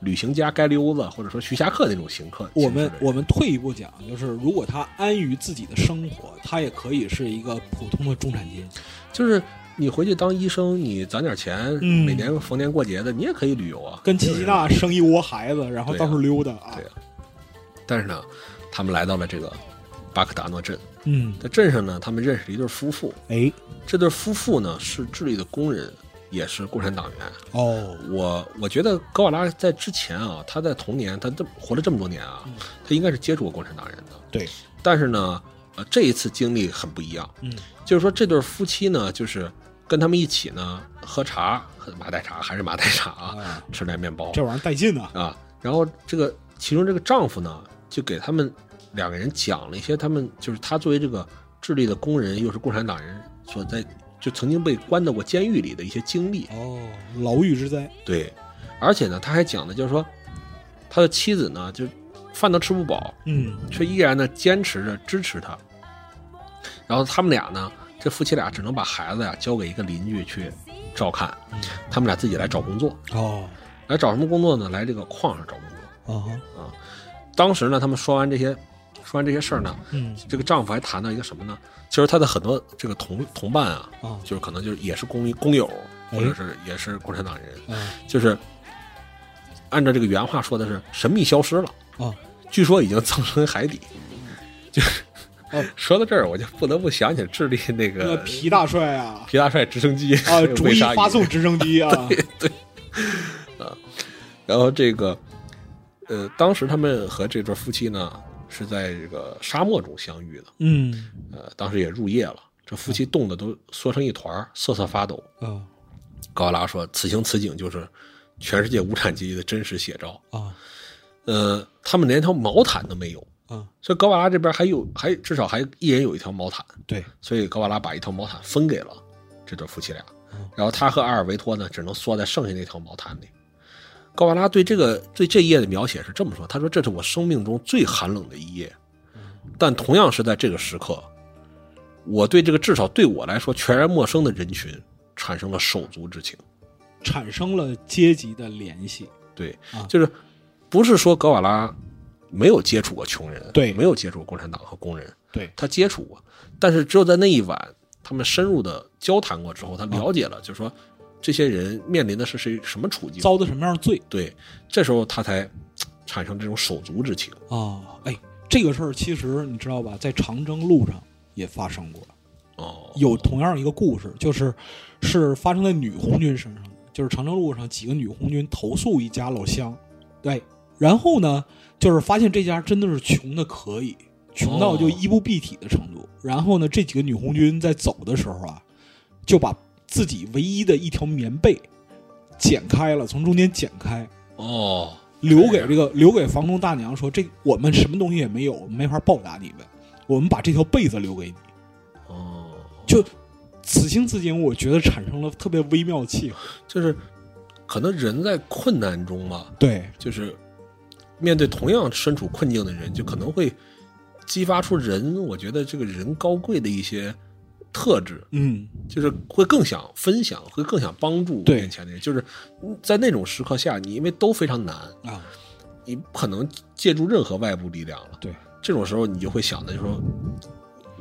旅行家该溜子，或者说徐霞客那种行客。我们行客的人我们退一步讲，就是如果他安于自己的生活，他也可以是一个普通的中产阶级。就是你回去当医生，你攒点钱，嗯每年逢年过节的你也可以旅游啊。跟齐齐娜生一窝孩子，然后对到啊处溜达啊对。啊但是呢，他们来到了这个巴克达诺镇，嗯，在镇上呢，他们认识了一对夫妇。哎，这对夫妇呢是智利的工人，也是共产党员。哦，我我觉得格瓦拉在之前啊，他在童年，他这活了这么多年嗯啊，他应该是接触过共产党人的。对，但是呢，呃，这一次经历很不一样。嗯，就是说这对夫妻呢，就是跟他们一起呢喝茶，喝马黛茶还是马黛茶啊啊，吃点面包这玩意儿带劲呐。啊。然后这个其中这个丈夫呢，就给他们两个人讲了一些他们就是他作为这个智利的工人，又是共产党人所在，就曾经被关到过监狱里的一些经历。哦，牢狱之灾。对，而且呢，他还讲的就是说，他的妻子呢，就饭都吃不饱，嗯却依然呢坚持着支持他。然后他们俩呢，这夫妻俩只能把孩子呀、交给一个邻居去照看，他们俩自己来找工作，哦，来找什么工作呢？来这个矿上找工作。啊哈，当时呢，他们说完这些，说完这些事儿呢，嗯这个丈夫还谈到一个什么呢？其实他的很多这个同同伴啊，啊就是可能就是也是工工友，哎或者是也是共产党人，啊就是按照这个原话说的是神秘消失了，啊，据说已经葬身海底。就、哦 [LAUGHS] 说到这儿，我就不得不想起智利那那个皮大帅啊皮大帅直升机 [LAUGHS] 啊，被逐一鲨鱼发送直升机 [LAUGHS] 啊，然后这个，呃，当时他们和这对夫妻呢是在这个沙漠中相遇的，嗯呃，当时也入夜了，这夫妻冻得都缩成一团儿，瑟瑟发抖。啊高拉说：“此情此景就是全世界无产阶级的真实写照。啊呃，他们连条毛毯都没有，啊，所以高瓦拉这边还有，还至少还一人有一条毛毯，对，所以高瓦拉把一条毛毯分给了这对夫妻俩嗯，然后他和阿尔维托呢，只能缩在剩下那条毛毯里。高瓦拉对这个对这一页的描写是这么说：“他说这是我生命中最寒冷的一页，但同样是在这个时刻，我对这个至少对我来说全然陌生的人群产生了手足之情。产生了阶级的联系，对啊，就是不是说格瓦拉没有接触过穷人，对没有接触过共产党和工人，对他接触过，但是只有在那一晚，他们深入的交谈过之后，他了解了，就是说这些人面临的是谁什么处境。遭的什么样的罪对，这时候他才嘖产生这种手足之情。啊？哎，这个事儿其实你知道吧，在长征路上也发生过，哦，有同样一个故事，就是是发生在女红军身上的，就是长征路上几个女红军投诉一家老乡，对，然后呢，就是发现这家真的是穷的可以，穷到就哦衣不蔽体的程度。然后呢，这几个女红军在走的时候啊，就把自己唯一的一条棉被剪开了，从中间剪开，哦，留给这个留给房东大娘说，这我们什么东西也没有，没法报答你们，我们把这条被子留给你。哦，就此情此景，我觉得产生了特别微妙的契合。就是可能人在困难中吧，对，就是面对同样身处困境的人，就可能会激发出人，我觉得这个人高贵的一些特质，嗯，就是会更想分享，会更想帮助对面前的人。就是在那种时刻下，你因为都非常难，啊，你不可能借助任何外部力量了。对，这种时候，你就会想的，就说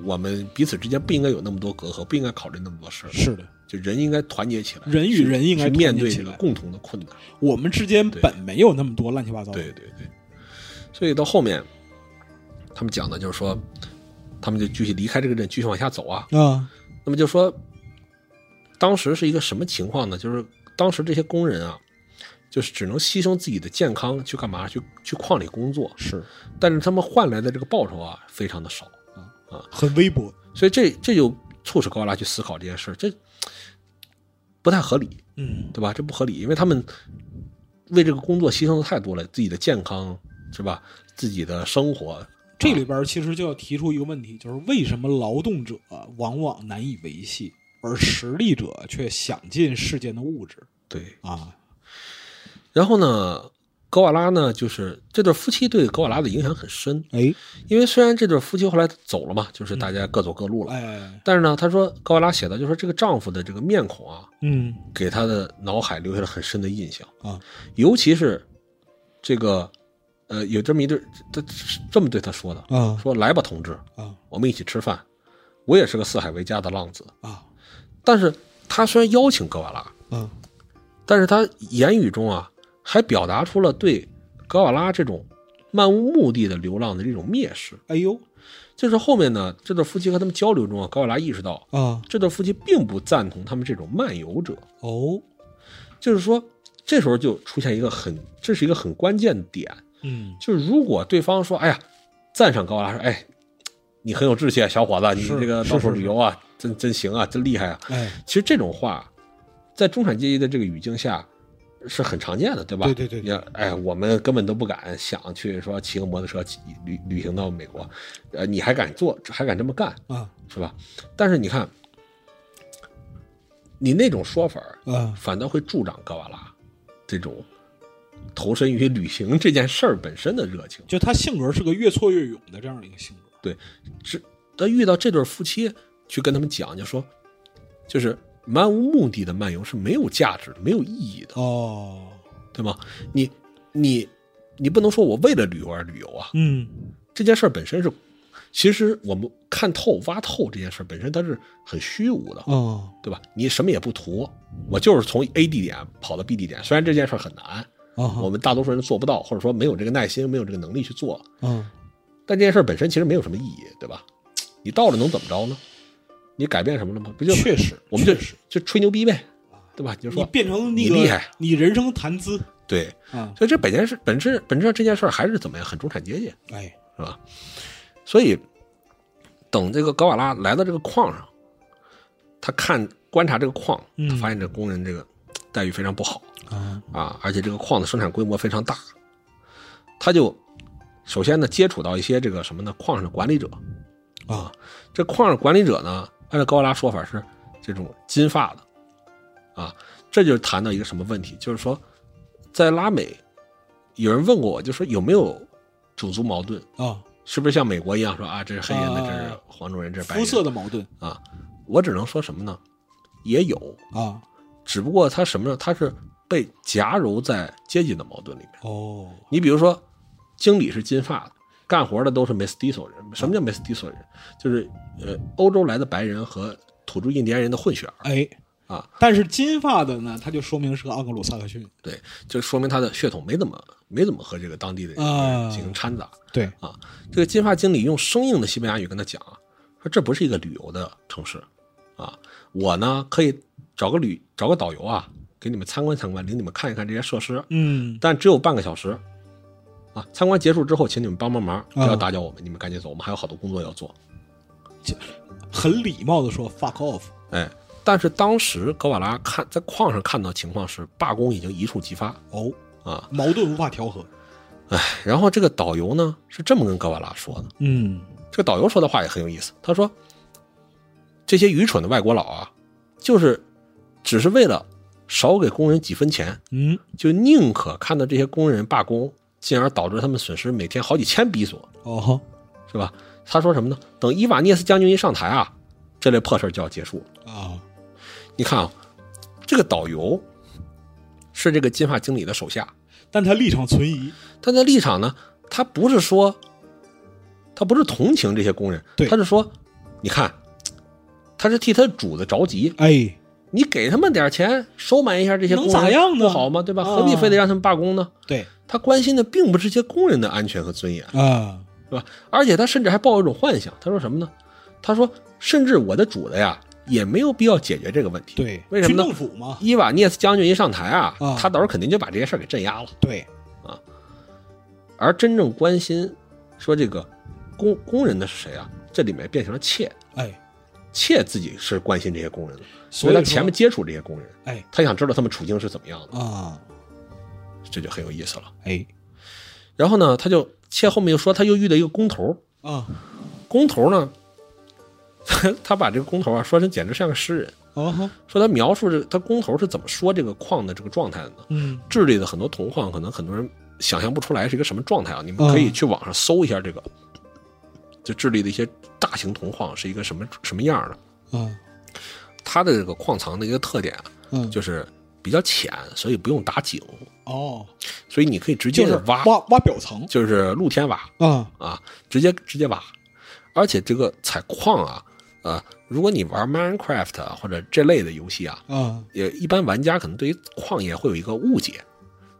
我们彼此之间不应该有那么多隔阂，不应该考虑那么多事儿，是的，就人应该团结起来，人与去人应该去面团结对起这个来共同的困难。我们之间对本没有那么多乱七八糟。对，对对，所以到后面，他们讲的就是说，他们就继续离开这个镇，继续往下走啊。啊，那么就说，当时是一个什么情况呢？就是当时这些工人啊，就是只能牺牲自己的健康去干嘛？去去矿里工作，是但是他们换来的这个报酬啊，非常的少。很微薄。所以这这就促使高拉去思考这件事儿，这不太合理。嗯，对吧？这不合理，因为他们为这个工作牺牲的太多了，自己的健康是吧？自己的生活，这里边其实就要提出一个问题，就是为什么劳动者往往难以维系，而实力者却享尽世间的物质对。啊？然后呢，格瓦拉呢，就是这对夫妻对格瓦拉的影响很深，哎，因为虽然这对夫妻后来走了嘛，就是大家各走各路了，哎，但是呢，他说格瓦拉写的就是这个丈夫的这个面孔啊，嗯给他的脑海留下了很深的印象。啊，尤其是这个，呃，有这么一对，他这么对他说的，啊说来吧，同志，啊我们一起吃饭。我也是个四海为家的浪子，啊但是他虽然邀请格瓦拉，啊但是他言语中啊，还表达出了对格瓦拉这种漫无目的的流浪的这种蔑视。哎呦就是后面呢，这对夫妻和他们交流中啊，格瓦拉意识到，啊这对夫妻并不赞同他们这种漫游者，哦，就是说，这时候就出现一个很，这是一个很关键的点，嗯，就是如果对方说，哎呀，赞赏格瓦拉说，哎，你很有志气啊，小伙子，你是这个是到处是旅游啊，真真行啊，真厉害啊，哎，其实这种话，在中产阶级的这个语境下是很常见的，对吧？对对对对也哎，我们根本都不敢想去说骑个摩托车骑旅旅行到美国，呃，你还敢做，还敢这么干，啊是吧？但是你看，你那种说法儿啊反倒会助长格瓦拉这种投身于旅行这件事儿本身的热情。就他性格是个越挫越勇的这样一个性格。但遇到这对夫妻，去跟他们讲，就说就是漫无目的的漫游是没有价值的、没有意义的，哦，对吗？你你你不能说我为了旅游而旅游啊，嗯，这件事儿本身是，其实我们看透、挖透这件事儿本身它是很虚无的，哦，对吧？你什么也不图，我就是从 A 地点跑到 B 地点，虽然这件事儿很难，啊，我们大多数人做不到，或者说没有这个耐心、没有这个能力去做，嗯，但这件事儿本身其实没有什么意义，对吧？你到了能怎么着呢？你改变什么了吗？不就确实，我们就确实啊就吹牛逼呗，对吧？你就你说变成那你个厉害你人生谈资对，啊，所以这本件事本质本质上这件事儿还是怎么样，很中产阶级，哎，是吧？所以等这个高瓦拉来到这个矿上，他看观察这个矿，嗯他发现这工人这个待遇非常不好啊，啊，而且这个矿的生产规模非常大，他就首先呢接触到一些这个什么呢矿上的管理者啊，这矿上管理者呢，按照高瓦拉说法是这种金发的啊，这就是谈到一个什么问题，就是说在拉美。有人问过我，就说有没有种族矛盾？啊，是不是像美国一样说啊，这是黑人的，啊这是黄种人，这是白人肤色的矛盾啊？我只能说什么呢？也有，啊，只不过他什么呢？他是被夹糅在阶级的矛盾里面。哦，你比如说，经理是金发的，干活的都是 mestizo 人。什么叫 mestizo 人？就是呃，欧洲来的白人和土著印第安人的混血儿。哎，啊，但是金发的呢，他就说明是个盎格鲁撒克逊，对，就说明他的血统没怎么没怎么和这个当地的人啊进行掺杂。对，啊，这个金发经理用生硬的西班牙语跟他讲啊，说这不是一个旅游的城市，啊，我呢可以找个旅找个导游啊，给你们参观参观，领你们看一看这些设施，嗯，但只有半个小时，啊，参观结束之后，请你们帮帮忙，不要啊打搅我们，你们赶紧走，我们还有好多工作要做。很礼貌的说 fuck off，哎，但是当时格瓦拉看在矿上看到情况是，罢工已经一触即发哦，啊，矛盾无法调和，哎，然后这个导游呢是这么跟格瓦拉说的。嗯，这个导游说的话也很有意思，他说：“这些愚蠢的外国佬啊，就是只是为了少给工人几分钱，嗯，就宁可看到这些工人罢工，进而导致他们损失每天好几千比索，哦，是吧？”他说什么呢？等伊瓦涅斯将军一上台啊，这类破事儿就要结束了。啊，你看啊，这个导游是这个金发经理的手下，但他立场存疑，他的立场呢，他不是说，他不是同情这些工人，对他是说，你看，他是替他主子着急，哎，你给他们点钱，收买一下这些工人，能咋样呢不好吗？对吧？啊何必非得让他们罢工呢？对，他关心的并不是这些工人的安全和尊严，啊，对吧？而且他甚至还抱有一种幻想，他说什么呢？他说，甚至我的主子呀，也没有必要解决这个问题。对，为什么军呢政府嘛，伊瓦涅斯将军一上台啊，啊他到时候肯定就把这些事儿给镇压了。对，而真正关心说这个工工人的是谁啊？这里面变成了妾，哎，妾自己是关心这些工人的，所以他说前面接触这些工人，哎，他想知道他们处境是怎么样的，啊，这就很有意思了。哎，然后呢，他就妾后面又说他又遇到一个工头，啊，工头呢， [LAUGHS] 他把这个工头啊说成简直像个诗人，哦吼，说他描述这他工头是怎么说这个矿的这个状态的呢？嗯，智利的很多铜矿，可能很多人想象不出来是一个什么状态啊。你们可嗯以去网上搜一下这个，就智利的一些大型铜矿是一个什么什么样的。啊，它的这个矿藏的一个特点啊嗯，就是比较浅，所以不用打井，哦，所以你可以直接就是地挖，挖挖表层就是露天挖啊，啊，直接直接挖。而且这个采矿啊，呃，如果你玩 Minecraft 啊或者这类的游戏啊，啊，也一般玩家可能对于矿业会有一个误解，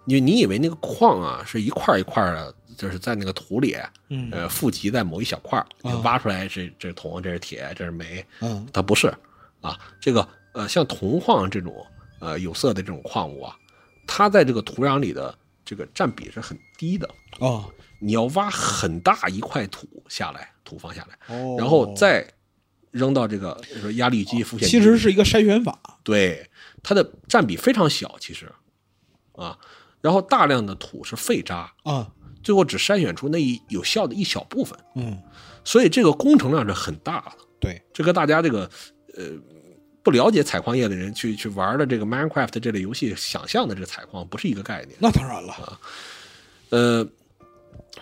你你以为那个矿啊是一块儿一块儿的，就是在那个土里，嗯呃，富集在某一小块儿，你啊挖出来是这是铜，这是铁，这是煤，嗯，它不是啊。这个呃，像铜矿这种呃有色的这种矿物啊，它在这个土壤里的这个占比是很低的，哦，你要挖很大一块土下来，土方下来，哦然后再扔到这个说压力机、浮潜机其里，实是一个筛选法，对，它的占比非常小，其实，啊，然后大量的土是废渣，啊，最后只筛选出那一有效的一小部分，嗯，所以这个工程量是很大的。对，这跟大家这个呃不了解采矿业的人去去玩的这个 Minecraft 这类游戏想象的这个采矿不是一个概念。那当然了，呃，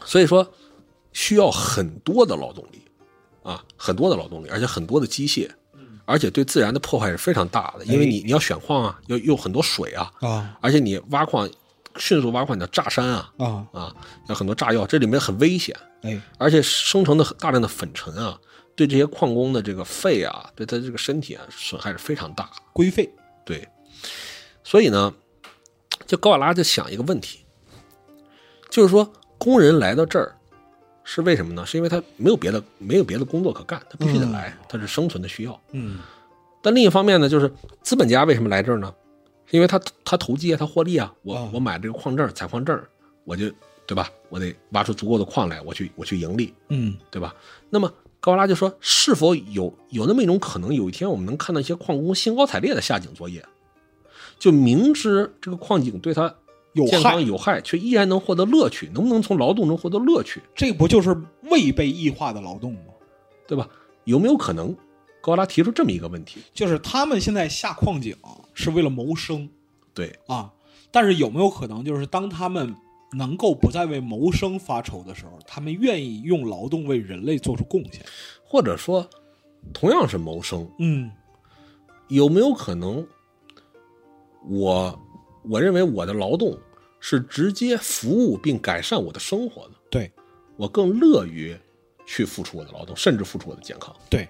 所以说需要很多的劳动力，啊，很多的劳动力，而且很多的机械，而且对自然的破坏是非常大的，因为你你要选矿啊，要用很多水啊，啊而且你挖矿迅速挖矿，你要炸山啊啊，啊，要很多炸药，这里面很危险，哎，而且生成的很大量的粉尘啊，对这些矿工的这个肺啊，对他这个身体啊损害是非常大的。规费对，所以呢，就高瓦拉就想一个问题，就是说工人来到这儿是为什么呢？是因为他没有别的没有别的工作可干，他必须得来，他是生存的需要。嗯但另一方面呢，就是资本家为什么来这儿呢？是因为他他投机啊，他获利啊，我、啊我买这个矿证、采矿证，我就对吧？我得挖出足够的矿来，我去我去盈利。嗯对吧？那么高拉就说，是否有有那么一种可能，有一天我们能看到一些矿工兴高采烈的下井作业，就明知这个矿井对他有健害康有害，却依然能获得乐趣，能不能从劳动中获得乐趣，这不就是未被异化的劳动吗？对吧？有没有可能？高拉提出这么一个问题，就是他们现在下矿井是为了谋生对，啊，但是有没有可能，就是当他们能够不再为谋生发愁的时候，他们愿意用劳动为人类做出贡献？或者说同样是谋生，嗯有没有可能我我认为我的劳动是直接服务并改善我的生活的？对我更乐于去付出我的劳动，甚至付出我的健康。对，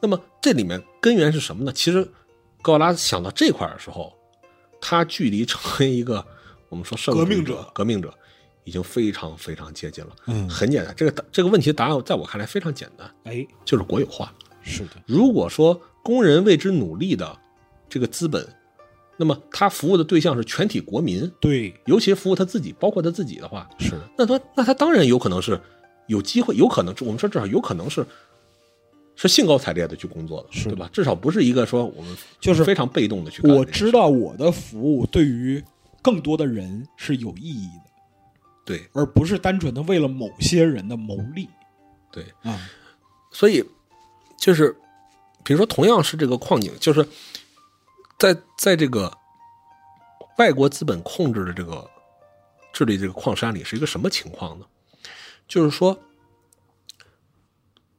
那么这里面根源是什么呢？其实高拉想到这块儿的时候，他距离成为一个 [LAUGHS] 我们说社会主义革命者者、革命者已经非常非常接近了。嗯很简单，这个答这个问题答案在我看来非常简单，哎，就是国有化。是的，如果说工人为之努力的这个资本，那么他服务的对象是全体国民，对，尤其服务他自己，包括他自己的话，是的，那他那他当然有可能是有机会，有可能我们说至少有可能是是兴高采烈的去工作的，是对吧？至少不是一个说我们就是非常被动的去干这我件事。知道我的服务对于更多的人是有意义的，对而不是单纯的为了某些人的谋利对，啊。所以就是比如说，同样是这个矿井，就是在在这个外国资本控制的这个治理这个矿山里，是一个什么情况呢？就是说。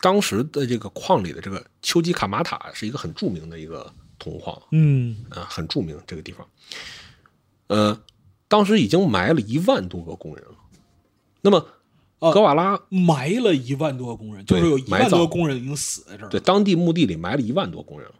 当时的这个矿里的这个丘吉卡马塔是一个很著名的一个铜矿，嗯，啊，很著名这个地方。呃，当时已经埋了一万多个工人了。那么，啊格瓦拉埋了一万多个工人，就对是有一万埋多葬个工人已经死在这儿了。对当地墓地里埋了一万多工人了。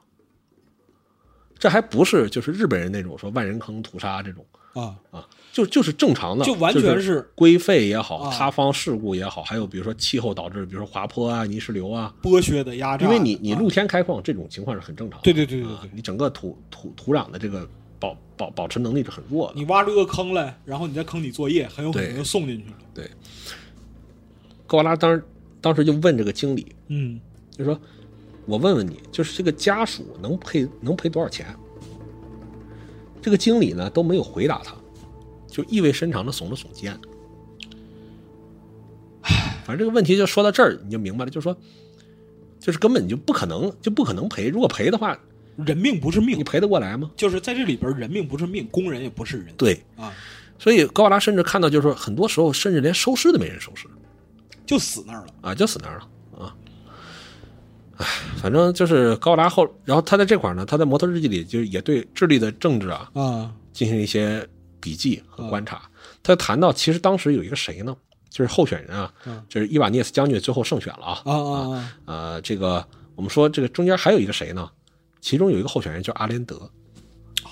这还不是就是日本人那种说万人坑屠杀这种啊，啊，就就是正常的，就完全是规费也好，啊塌方事故也好，还有比如说气候导致，比如说滑坡啊、泥石流啊，剥削的压榨因的，为你你啊露天开矿这种情况是很正常的。对对对对对啊你整个土土土壤的这个保保保持能力是很弱的。你挖出个坑来，然后你在坑底作业，很有可能对就送进去了。对，高瓦拉当时当时就问这个经理，嗯就说：“我问问你，就是这个家属能赔能赔多少钱？”这个经理呢都没有回答他，就意味深长的耸了耸肩。反正这个问题就说到这儿，你就明白了，就是说，就是根本就不可能，就不可能赔。如果赔的话，人命不是你命，赔得过来吗？就是在这里边，人命不是命，工人也不是人。对，啊，所以高瓦拉甚至看到，就是说，很多时候甚至连收尸都没人收尸。就死那儿了。啊，就死那儿了啊。唉，反正就是高达后，然后他在这块儿呢，他在《摩托日记》里就也对智利的政治啊啊，进行了一些笔记和嗯观察。他谈到，其实当时有一个谁呢？就是候选人啊，嗯就是伊瓦涅斯将军最后胜选了啊。啊啊啊！呃，这个我们说这个中间还有一个谁呢？其中有一个候选人叫阿连德。 [LAUGHS]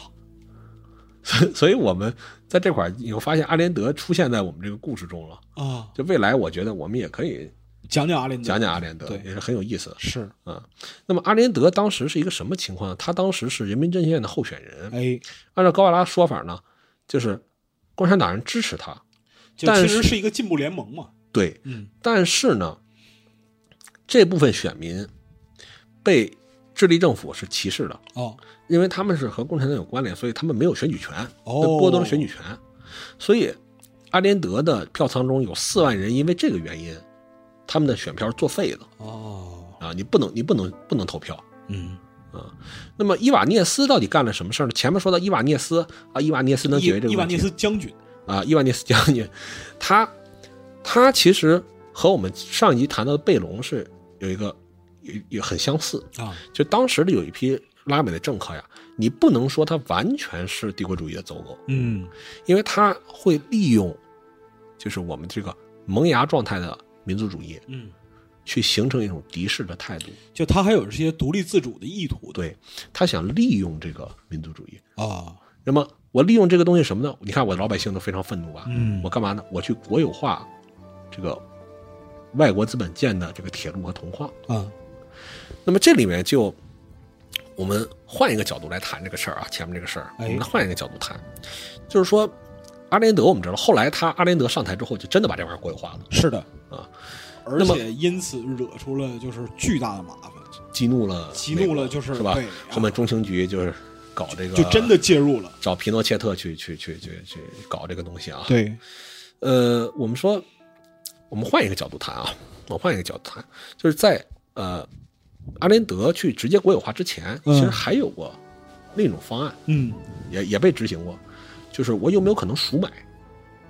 所以所以我们在这块儿有发现阿连德出现在我们这个故事中了。啊，就未来，我觉得我们也可以讲讲阿林，讲讲阿连德嗯对，也是很有意思的。是，啊，那么阿连德当时是一个什么情况呢？他当时是人民阵线的候选人，哎，按照高瓦拉说法呢，就是共产党人支持他，就但其是实是一个进步联盟嘛。对，嗯，但是呢，这部分选民被智利政府是歧视的，哦，因为他们是和共产党有关联，所以他们没有选举权，哦被剥夺了选举权，所以阿连德的票仓中有四万人因为这个原因，他们的选票是作废的哦，啊，你不能，你不能，不能投票。嗯，那么伊瓦涅斯到底干了什么事儿呢？前面说到伊瓦涅斯啊，伊瓦涅斯能解决这伊个伊万问涅题斯将军，啊，伊瓦涅斯将军，他他其实和我们上一集谈到的贝隆是有一个也也很相似。啊，就当时的有一批拉美的政客呀，你不能说他完全是帝国主义的走狗，嗯因为他会利用就是我们这个萌芽状态的民族主义嗯，去形成一种敌视的态度。就他还有这些独立自主的意图的对他想利用这个民族主义，啊，那么我利用这个东西什么呢？你看我老百姓都非常愤怒吧？啊嗯我干嘛呢？我去国有化这个外国资本建的这个铁路和铜矿。啊那么这里面就我们换一个角度来谈这个事儿啊，前面这个事儿，我哎们换一个角度谈，就是说阿连德我们知道，后来他阿连德上台之后，就真的把这玩意儿国有化了，是的啊，而那么且因此惹出了就是巨大的麻烦，激怒了激怒了美国就是是吧对啊？后面中情局就是搞这个，就真的介入了。找皮诺切特去去去去去搞这个东西啊。对，呃，我们说，我们换一个角度谈啊，我们换一个角度谈，就是在呃阿连德去直接国有化之前，嗯其实还有过另一种方案，嗯，也也被执行过，就是我有没有可能赎买？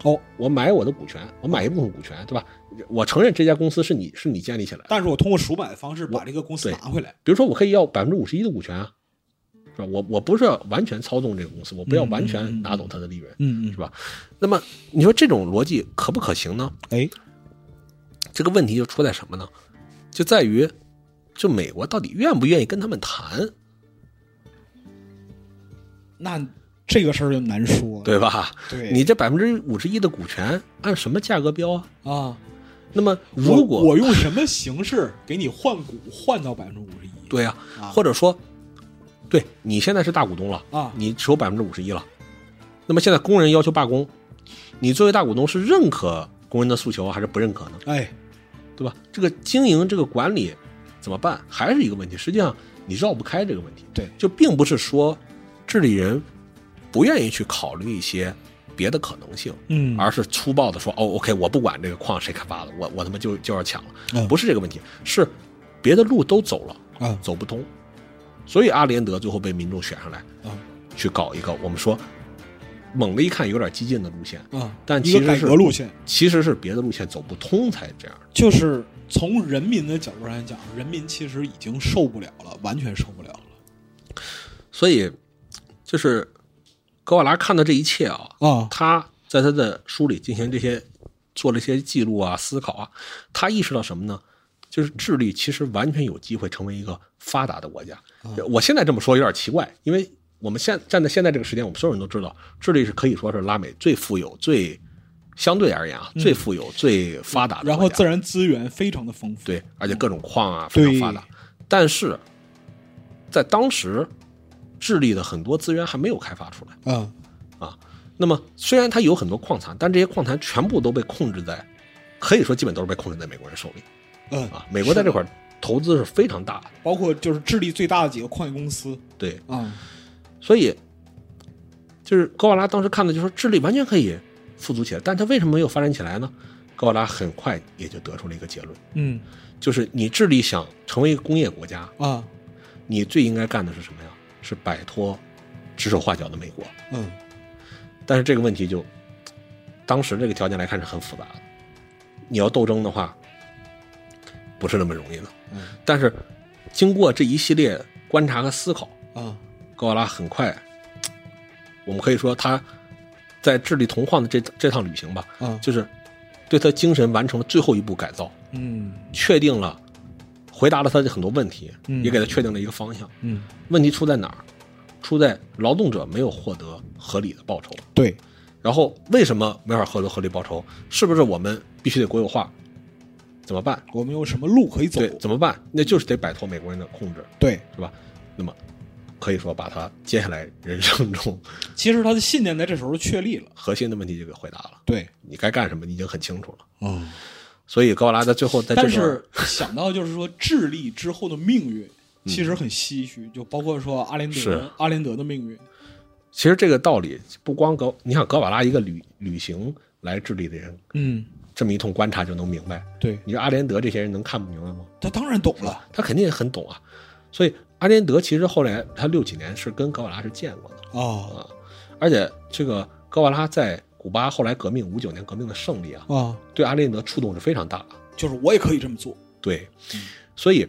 哦，我买我的股权，我买一部分股权，对吧？我承认这家公司是你是你建立起来的，但是我通过赎买的方式把这个公司对拿回来。比如说我可以要百分之五十一的股权啊，是吧？我我不是完全操纵这个公司，我不要嗯完嗯嗯全拿走它的利润，嗯是吧？那么你说这种逻辑可不可行呢？哎，这个问题就出在什么呢？就在于，就美国到底愿不愿意跟他们谈，哦那这个事儿就难说了。对吧？对你这百分之五十一的股权按什么价格标啊？啊，那么我如果我用什么形式给你换股换到百分之五十一？对呀、啊或者说，对你现在是大股东了啊你持有百分之五十一了，那么现在工人要求罢工，你作为大股东是认可工人的诉求还是不认可呢？ [LAUGHS] 哎，对吧？这个经营这个管理怎么办，还是一个问题。实际上你绕不开这个问题。对就并不是说智利人不愿意去考虑一些别的可能性，嗯而是粗暴的说哦，OK，我不管这个矿谁开发的，我我他妈就就要抢了，嗯不是这个问题，是别的路都走了，啊走不通，所以阿连德最后被民众选上来啊去搞一个我们说猛的一看有点激进的路线，啊！但一其个实改是革路线，其实是别的路线走不通才这样的。就是从人民的角度上讲，人民其实已经受不了了，完全受不了了所以，就是格瓦拉看到这一切啊，啊！他在他的书里进行这些做了一些记录啊、思考啊，他意识到什么呢？就是智利其实完全有机会成为一个发达的国家。哦我现在这么说有点奇怪，因为我们现站在现在这个时间，我们所有人都知道，智利是可以说是拉美最富有、最相对而言啊、最富有、最发达的国家。嗯然后自然嗯资源非常的丰富，对，而且各种矿啊非常对发达。但是在当时，智利的很多资源还没有开发出来啊，啊。那么虽然它有很多矿产，但这些矿产全部都被控制在，可以说基本都是被控制在美国人手里嗯啊。美国在这块儿，儿投资是非常大的，包括就是智利最大的几个矿业公司对，啊，所以就是格瓦拉当时看的就说智利完全可以富足起来，但它为什么没有发展起来呢？格瓦拉很快也就得出了一个结论，嗯就是你智利想成为一个工业国家，啊，你最应该干的是什么呀？是摆脱指手画脚的美国。嗯但是这个问题就，当时这个条件来看是很复杂的。你要斗争的话，不是那么容易的。嗯但是经过这一系列观察和思考，啊，高瓦拉很快，我们可以说他在智利铜矿的这这趟旅行吧，啊就是对他精神完成了最后一步改造，嗯确定了，回答了他的很多问题，嗯也给他确定了一个方向。嗯，问题出在哪儿？出在劳动者没有获得合理的报酬。对，然后为什么没法获得合理报酬？是不是我们必须得国有化？怎么办？我们有什么路可以走对？，怎么办？那就是得摆脱美国人的控制，对，是吧？那么可以说把他接下来人生中其实他的信念在这时候确立了，核心的问题就给回答了。对，你该干什么，你已经很清楚了。啊。所以高拉在最后在这但段是 [LAUGHS] 想到就是说智利之后的命运，其实很唏嘘，就包括说阿连嗯是德阿连德的命运，其实这个道理不光格，你想格瓦拉一个旅旅行来智利的人，嗯，这么一通观察就能明白。对你说阿连德这些人能看不明白吗？他当然懂了他肯定也很懂啊。所以阿连德其实后来他六几年是跟格瓦拉是见过的，啊而且这个格瓦拉在古巴后来革命五九年革命的胜利啊，啊，对阿连德触动是非常大的。就是我也可以这么做，对，所以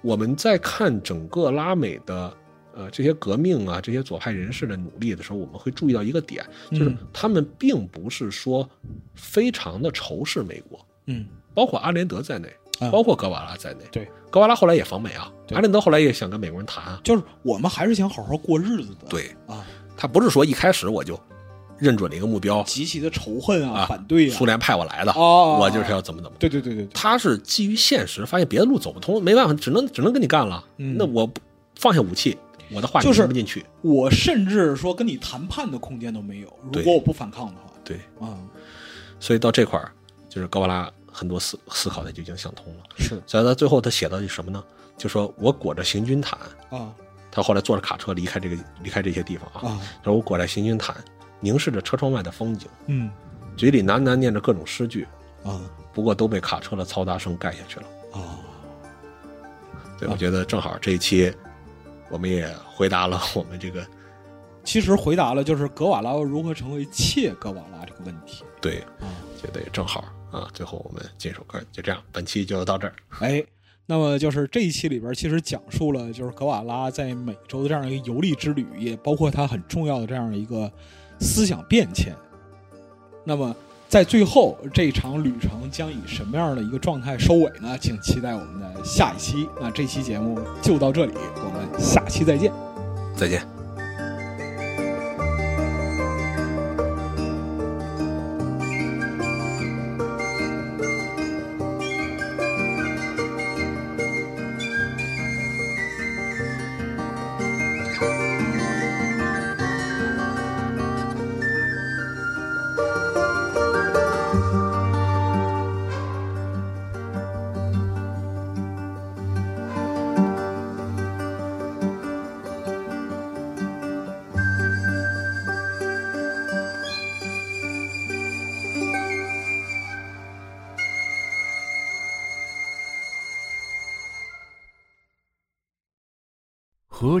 我们在看整个拉美的呃这些革命啊，这些左派人士的努力的时候，我们会注意到一个点，就是嗯他们并不是说非常的仇视美国，嗯包括阿连德在内，啊包括格瓦拉在内。对，格瓦拉后来也访美啊，对阿连德后来也想跟美国人谈啊。就是我们还是想好好过日子的，对啊，他不是说一开始我就认准了一个目标极其的仇恨啊，啊，反对啊，苏联派我来的，哦我就是要怎么怎么。对对对对对，他是基于现实，发现别的路走不通，没办法，只能只能跟你干了。嗯那我不放下武器，我的话你就是听不进去。我甚至说跟你谈判的空间都没有，如对果我不反抗的话，对，啊，所以到这块儿，就是高瓦拉很多思思考他就已经想通了。是所以他最后他写到什么呢？就说我裹着行军毯，啊他后来坐着卡车离开这个离开这些地方啊。啊，他说我裹着行军毯，凝视着车窗外的风景，嗯嘴里喃喃念着各种诗句，啊不过都被卡车的嘈杂声盖下去了。啊，对，我觉得正好这一期，我们也回答了我们这个其实回答了就是格瓦拉如何成为切格瓦拉这个问题对，啊。觉得也正好啊。最后我们这首歌就这样，本期就到这儿。 [LAUGHS] 哎，那么就是这一期里边，其实讲述了就是格瓦拉在美洲的这样一个游历之旅，也包括他很重要的这样一个思想变迁。那么在最后这场旅程将以什么样的一个状态收尾呢？请期待我们的下一期。那这期节目就到这里，我们下期再见。再见。核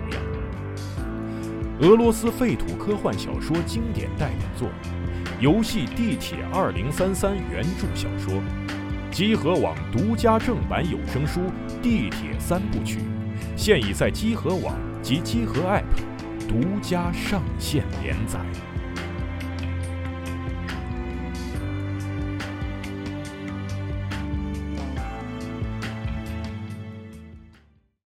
样。俄罗斯废土科幻小说经典代表作，游戏《地铁二零三三》原著小说，集合网独家正版有声书《地铁三部曲》，现已在集合网及集合 App 独家上线连载。